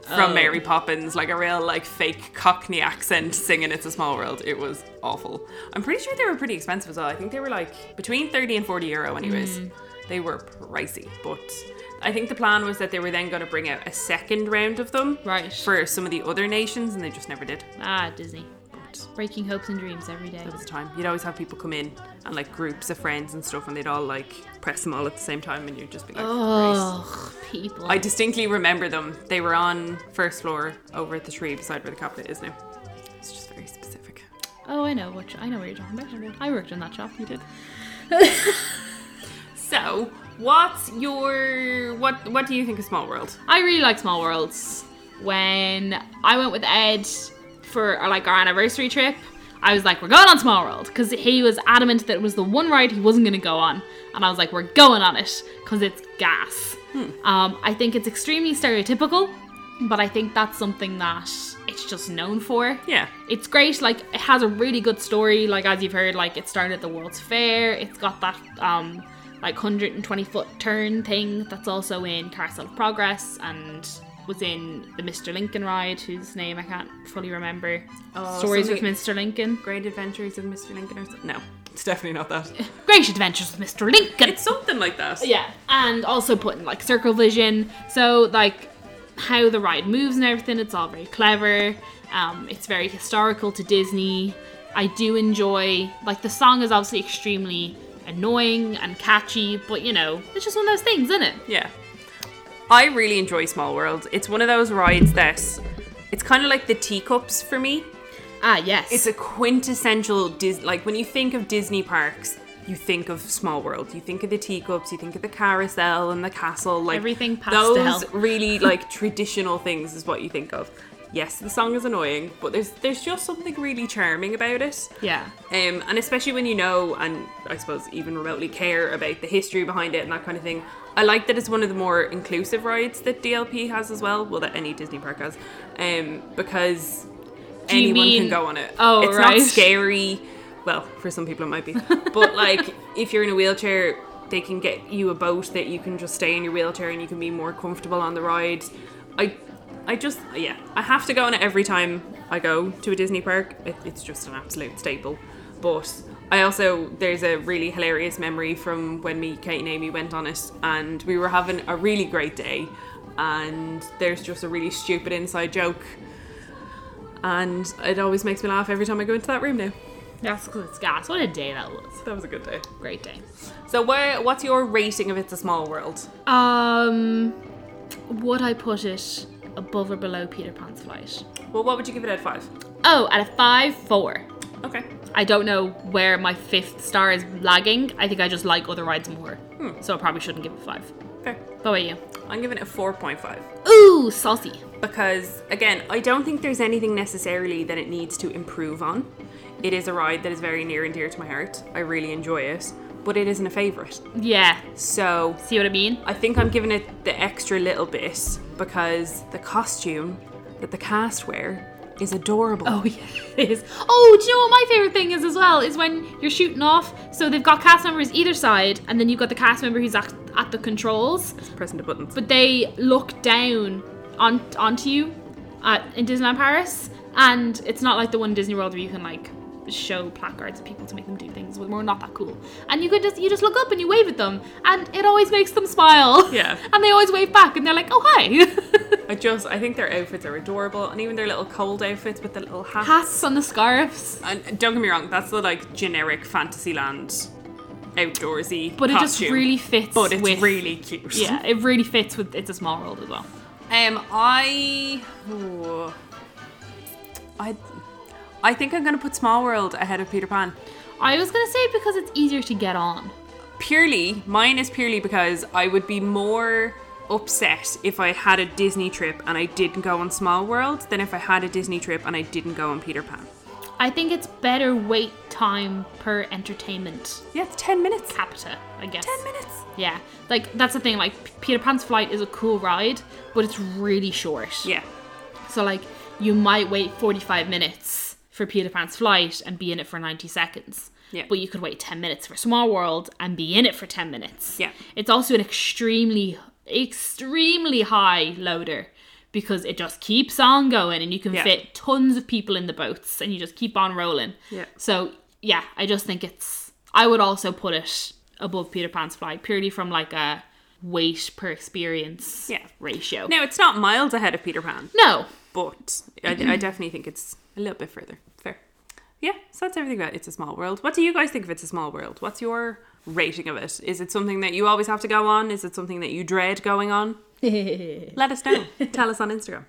Speaker 1: from
Speaker 2: Oh.
Speaker 1: Mary Poppins, like a real like fake Cockney accent singing "It's a Small World." It was awful. I'm pretty sure they were pretty expensive as well. I think they were like between thirty and forty euro, anyways.
Speaker 2: Mm.
Speaker 1: They were pricey, but I think the plan was that they were then going to bring out a second round of them
Speaker 2: Right.
Speaker 1: for some of the other nations, and they just never did.
Speaker 2: ah, Disney. Breaking hopes and dreams every day.
Speaker 1: It was a time. You'd always have people come in and like groups of friends and stuff, and they'd all like press them all at the same time, and you'd just be like, "Christ."
Speaker 2: Oh, people.
Speaker 1: I distinctly remember them. They were on first floor over at the tree beside where the cabinet is now. It's just very specific.
Speaker 2: oh, I know what you- I know what you're talking about. I worked in that shop. You did.
Speaker 1: So, what's your what? What do you think of Small World?
Speaker 2: I really like Small Worlds. When I went with Ed for uh, like our anniversary trip, I was like, "We're going on Small World" because he was adamant that it was the one ride he wasn't going to go on, and I was like, "We're going on it because it's gas." Um, I think it's extremely stereotypical, but I think that's something that it's just known for.
Speaker 1: Yeah.
Speaker 2: It's great, like it has a really good story, like as you've heard, like it started at the World's Fair, it's got that um like 120 foot turn thing that's also in Carousel of Progress and was in the Mr. Lincoln ride, whose name I can't fully remember.
Speaker 1: Oh,
Speaker 2: Stories
Speaker 1: something-
Speaker 2: with Mr. Lincoln.
Speaker 1: Great Adventures of Mr. Lincoln or something? No, it's definitely not that.
Speaker 2: Great Adventures with Mr. Lincoln.
Speaker 1: it's something like that.
Speaker 2: Yeah, and also put in like circle vision. So like how the ride moves and everything, it's all very clever. Um, it's very historical to Disney. I do enjoy like the song is obviously extremely annoying and catchy, but you know it's just one of those things, isn't it?
Speaker 1: Yeah. I really enjoy Small World. It's one of those rides that it's kind of like the teacups for me.
Speaker 2: Ah yes,
Speaker 1: It's a quintessential Dis- like when you think of Disney parks, you think of Small World, you think of the teacups, you think of the carousel and the castle, like
Speaker 2: Everything pastel.
Speaker 1: Those really like traditional things is what you think of. Yes, the song is annoying, but there's there's just something really charming about it.
Speaker 2: yeah.
Speaker 1: Um, and especially when you know, and I suppose even remotely care about the history behind it and that kind of thing. I like that it's one of the more inclusive rides that DLP has as well. Well, that any Disney park has, um, because
Speaker 2: Do you
Speaker 1: anyone
Speaker 2: mean-
Speaker 1: can go on it.
Speaker 2: Oh,
Speaker 1: it's
Speaker 2: right.
Speaker 1: not scary. Well, for some people it might be, but like if you're in a wheelchair, they can get you a boat that you can just stay in your wheelchair and you can be more comfortable on the ride. I, I just yeah, I have to go on it every time I go to a Disney park. It, it's just an absolute staple. But I also there's a really hilarious memory from when me, Kate, and Amy went on it, and we were having a really great day. And there's just a really stupid inside joke and it always makes me laugh every time I go into that room now.
Speaker 2: That's because it's gas. What a day that was.
Speaker 1: That was a good day.
Speaker 2: Great day.
Speaker 1: So, where, what's your rating of It's a Small World?
Speaker 2: Um, would I put it above or below Peter Pan's flight?
Speaker 1: Well, what would you give it out of five?
Speaker 2: Oh, at a five four.
Speaker 1: Okay.
Speaker 2: I don't know where my fifth star is lagging. I think I just like other rides more. So I probably shouldn't give it five.
Speaker 1: Fair.
Speaker 2: What about you?
Speaker 1: I'm giving it a 4.5.
Speaker 2: Ooh, saucy.
Speaker 1: because again i don't think there's anything necessarily that it needs to improve on it is a ride that is very near and dear to my heart i really enjoy it but it isn't a favorite
Speaker 2: Yeah.
Speaker 1: so
Speaker 2: See what I mean?
Speaker 1: i think i'm giving it the extra little bit because the costume that the cast wear is adorable
Speaker 2: Oh yeah, it is. Oh, do you know what my favorite thing is as well? Is when you're shooting off, so they've got cast members either side, and then you've got the cast member who's at, at the controls,
Speaker 1: Just pressing the buttons
Speaker 2: but they look down on onto you at, in Disneyland Paris, and it's not like the one in Disney World where you can like show placards at people to make them do things. We're not that cool, and you could just you just look up and you wave at them, and it always makes them smile.
Speaker 1: Yeah.
Speaker 2: and they always wave back, and they're like, "Oh hi."
Speaker 1: i just i think their outfits are adorable and even their little cold outfits with the little hats
Speaker 2: Hats on the scarves.
Speaker 1: and don't get me wrong that's the like generic fantasyland outdoorsy
Speaker 2: But it just
Speaker 1: costume.
Speaker 2: really fits
Speaker 1: but it's
Speaker 2: with
Speaker 1: really cute
Speaker 2: Yeah, it really fits with it's a small world as well.
Speaker 1: Um, I, ooh. I, I think I'm gonna put Small World ahead of Peter Pan.
Speaker 2: I was gonna say because it's easier to get on.
Speaker 1: Purely, mine is purely because I would be more upset if I had a Disney trip and I didn't go on Small World than if I had a Disney trip and I didn't go on Peter Pan.
Speaker 2: I think it's better wait time per entertainment
Speaker 1: Yeah, it's ten minutes.
Speaker 2: capita, I guess.
Speaker 1: Ten minutes.
Speaker 2: Yeah, like that's the thing. Like P- Peter Pan's flight is a cool ride, but it's really short.
Speaker 1: Yeah,
Speaker 2: So like you might wait forty five minutes for Peter Pan's flight and be in it for ninety seconds.
Speaker 1: Yeah.
Speaker 2: But you could wait ten minutes for Small World and be in it for ten minutes.
Speaker 1: Yeah.
Speaker 2: It's also an extremely extremely high loader because it just keeps on going and you can
Speaker 1: Yeah.
Speaker 2: fit tons of people in the boats and you just keep on rolling.
Speaker 1: Yeah.
Speaker 2: So yeah, I just think it's I would also put it above Peter Pan's flight purely from like a weight per experience
Speaker 1: yeah.
Speaker 2: ratio.
Speaker 1: Now it's not miles ahead of Peter Pan,
Speaker 2: no.
Speaker 1: but I, I definitely think it's a little bit further. Fair. Yeah, so that's everything about It's a Small World. What do you guys think of It's a Small World? What's your rating of it? Is it something that you always have to go on? Is it something that you dread going on? Let us know. Tell us on Instagram.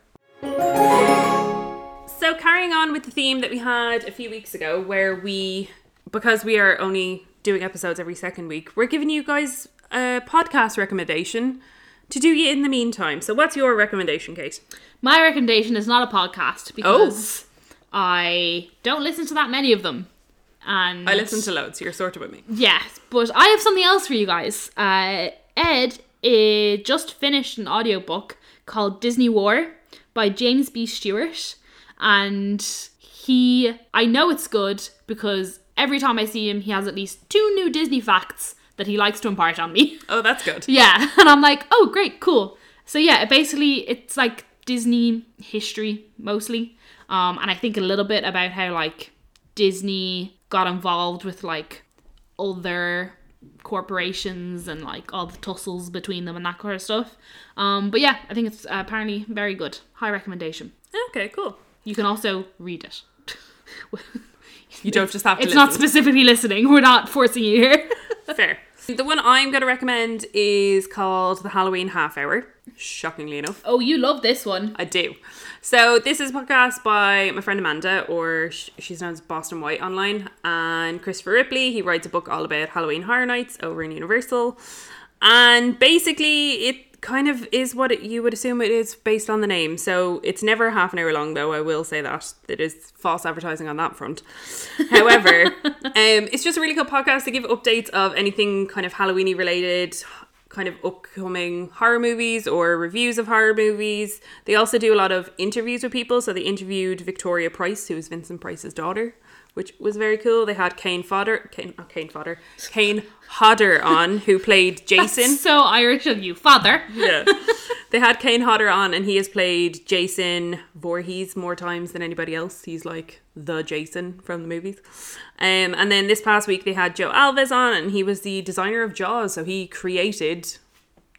Speaker 1: So, carrying on with the theme that we had a few weeks ago, where we, because we are only doing episodes every second week, we're giving you guys a podcast recommendation to do you in the meantime. So, what's your recommendation, Kate?
Speaker 2: My recommendation is not a podcast
Speaker 1: Oh.
Speaker 2: because I don't listen to that many of them. And
Speaker 1: I listen to loads. You're sorted with me.
Speaker 2: Yes, but I have something else for you guys. Uh, Ed eh, just finished an audiobook called Disney War by James B. Stewart. And he, I know it's good because every time I see him, he has at least two new Disney facts that he likes to impart on me.
Speaker 1: Oh, that's good.
Speaker 2: Yeah, and I'm like, oh, great, cool. So yeah, it basically it's like Disney history mostly, um, and I think a little bit about how like Disney got involved with like other corporations and like all the tussles between them and that kind of stuff. Um, but yeah, I think it's uh, apparently very good. High recommendation.
Speaker 1: Okay, cool.
Speaker 2: You can also read it.
Speaker 1: You don't just have to
Speaker 2: it's
Speaker 1: listen.
Speaker 2: not specifically listening. We're not forcing you here.
Speaker 1: Fair. The one I'm going to recommend is called The Halloween Half Hour. Shockingly enough.
Speaker 2: oh, you love this one.
Speaker 1: I do. So this is a podcast by my friend Amanda, or sh- she's known as Boston White online, and Christopher Ripley. He writes a book all about Halloween Horror Nights over in Universal, and basically it kind of is what it, you would assume it is based on the name. So it's never half an hour long, though. I will say that it is false advertising on that front. However, um, it's just a really good podcast to give updates of anything kind of Halloweeny related kind of upcoming horror movies or reviews of horror movies. They also do a lot of interviews with people. So they interviewed Victoria Price, who is Vincent Price's daughter, which was very cool. They had Kane Fodder, Kane, not Kane Fodder, Kane Hodder on, who played Jason.
Speaker 2: So Irish of you, father.
Speaker 1: yeah. They had Kane Hodder on, and he has played Jason Voorhees more times than anybody else. He's like the Jason from the movies. Um, and then this past week they had Joe Alves on, and he was the designer of Jaws, so he created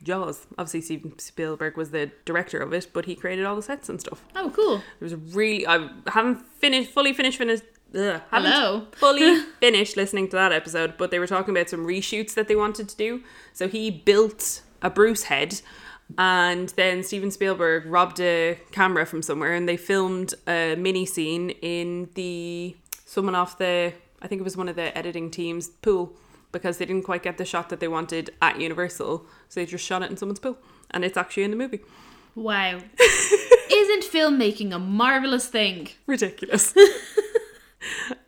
Speaker 1: Jaws. Obviously, Steven Spielberg was the director of it, but he created all the sets and stuff.
Speaker 2: Oh, cool.
Speaker 1: It was really I haven't finished fully finished finished. Ugh, haven't
Speaker 2: Hello.
Speaker 1: fully finished listening to that episode, but they were talking about some reshoots that they wanted to do. So he built a Bruce head, and then Steven Spielberg robbed a camera from somewhere, and they filmed a mini scene in the someone off the I think it was one of the editing team's pool because they didn't quite get the shot that they wanted at Universal, so they just shot it in someone's pool, and it's actually in the movie.
Speaker 2: Wow. Isn't filmmaking a marvelous thing?
Speaker 1: Ridiculous.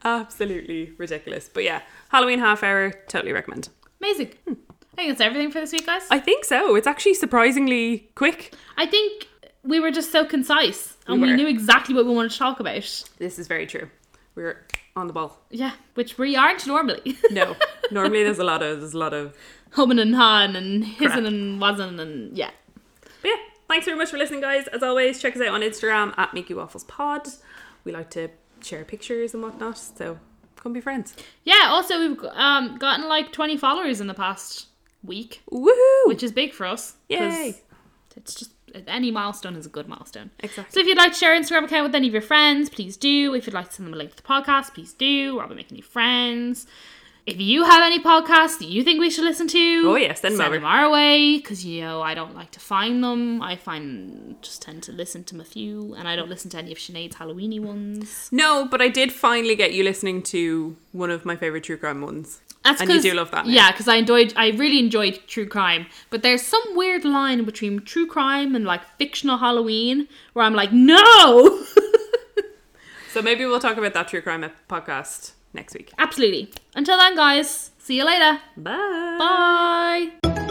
Speaker 1: Absolutely ridiculous. But yeah, Halloween half hour, totally recommend.
Speaker 2: Amazing. I think that's everything for this week, guys. I,
Speaker 1: Hmm. I think so. It's actually surprisingly quick.
Speaker 2: think we were just so concise and
Speaker 1: We
Speaker 2: we
Speaker 1: were.
Speaker 2: knew exactly what we wanted to talk about.
Speaker 1: This is very true. We're on the ball.
Speaker 2: Yeah, which we aren't normally.
Speaker 1: No, normally there's a lot of there's a lot of.
Speaker 2: Humming and hawing and
Speaker 1: Correct.
Speaker 2: hissing and wasn't and yeah.
Speaker 1: But yeah, thanks very much for listening, guys. As always, check us out on Instagram at Make You Waffles Pod. We like to share pictures and whatnot, so come be friends.
Speaker 2: Yeah, also we've um, gotten like 20 followers in the past week,
Speaker 1: Woohoo!
Speaker 2: which is big for us. 'cause
Speaker 1: Yay.
Speaker 2: It's just any milestone is a good milestone.
Speaker 1: Exactly.
Speaker 2: So if you'd like to share an Instagram account with any of your friends, please do. If you'd like to send them a link to the podcast, please do. We're all about making new friends. If you have any podcasts that you think we should listen to,
Speaker 1: Oh, yeah, send them over.
Speaker 2: our way because you know I don't like to find them. I find just tend to listen to a few, and I don't listen to any of Sinead's Halloweeny ones.
Speaker 1: No, but I did finally get you listening to one of my favorite true crime ones.
Speaker 2: That's
Speaker 1: And you
Speaker 2: 'cause-
Speaker 1: do love that now.
Speaker 2: yeah. Because I enjoyed, I really enjoyed true crime, but there's some weird line between true crime and like fictional Halloween where I'm like, no.
Speaker 1: So maybe we'll talk about that true crime ep- podcast next week.
Speaker 2: Absolutely. Until then, guys, see you later.
Speaker 1: Bye.
Speaker 2: Bye.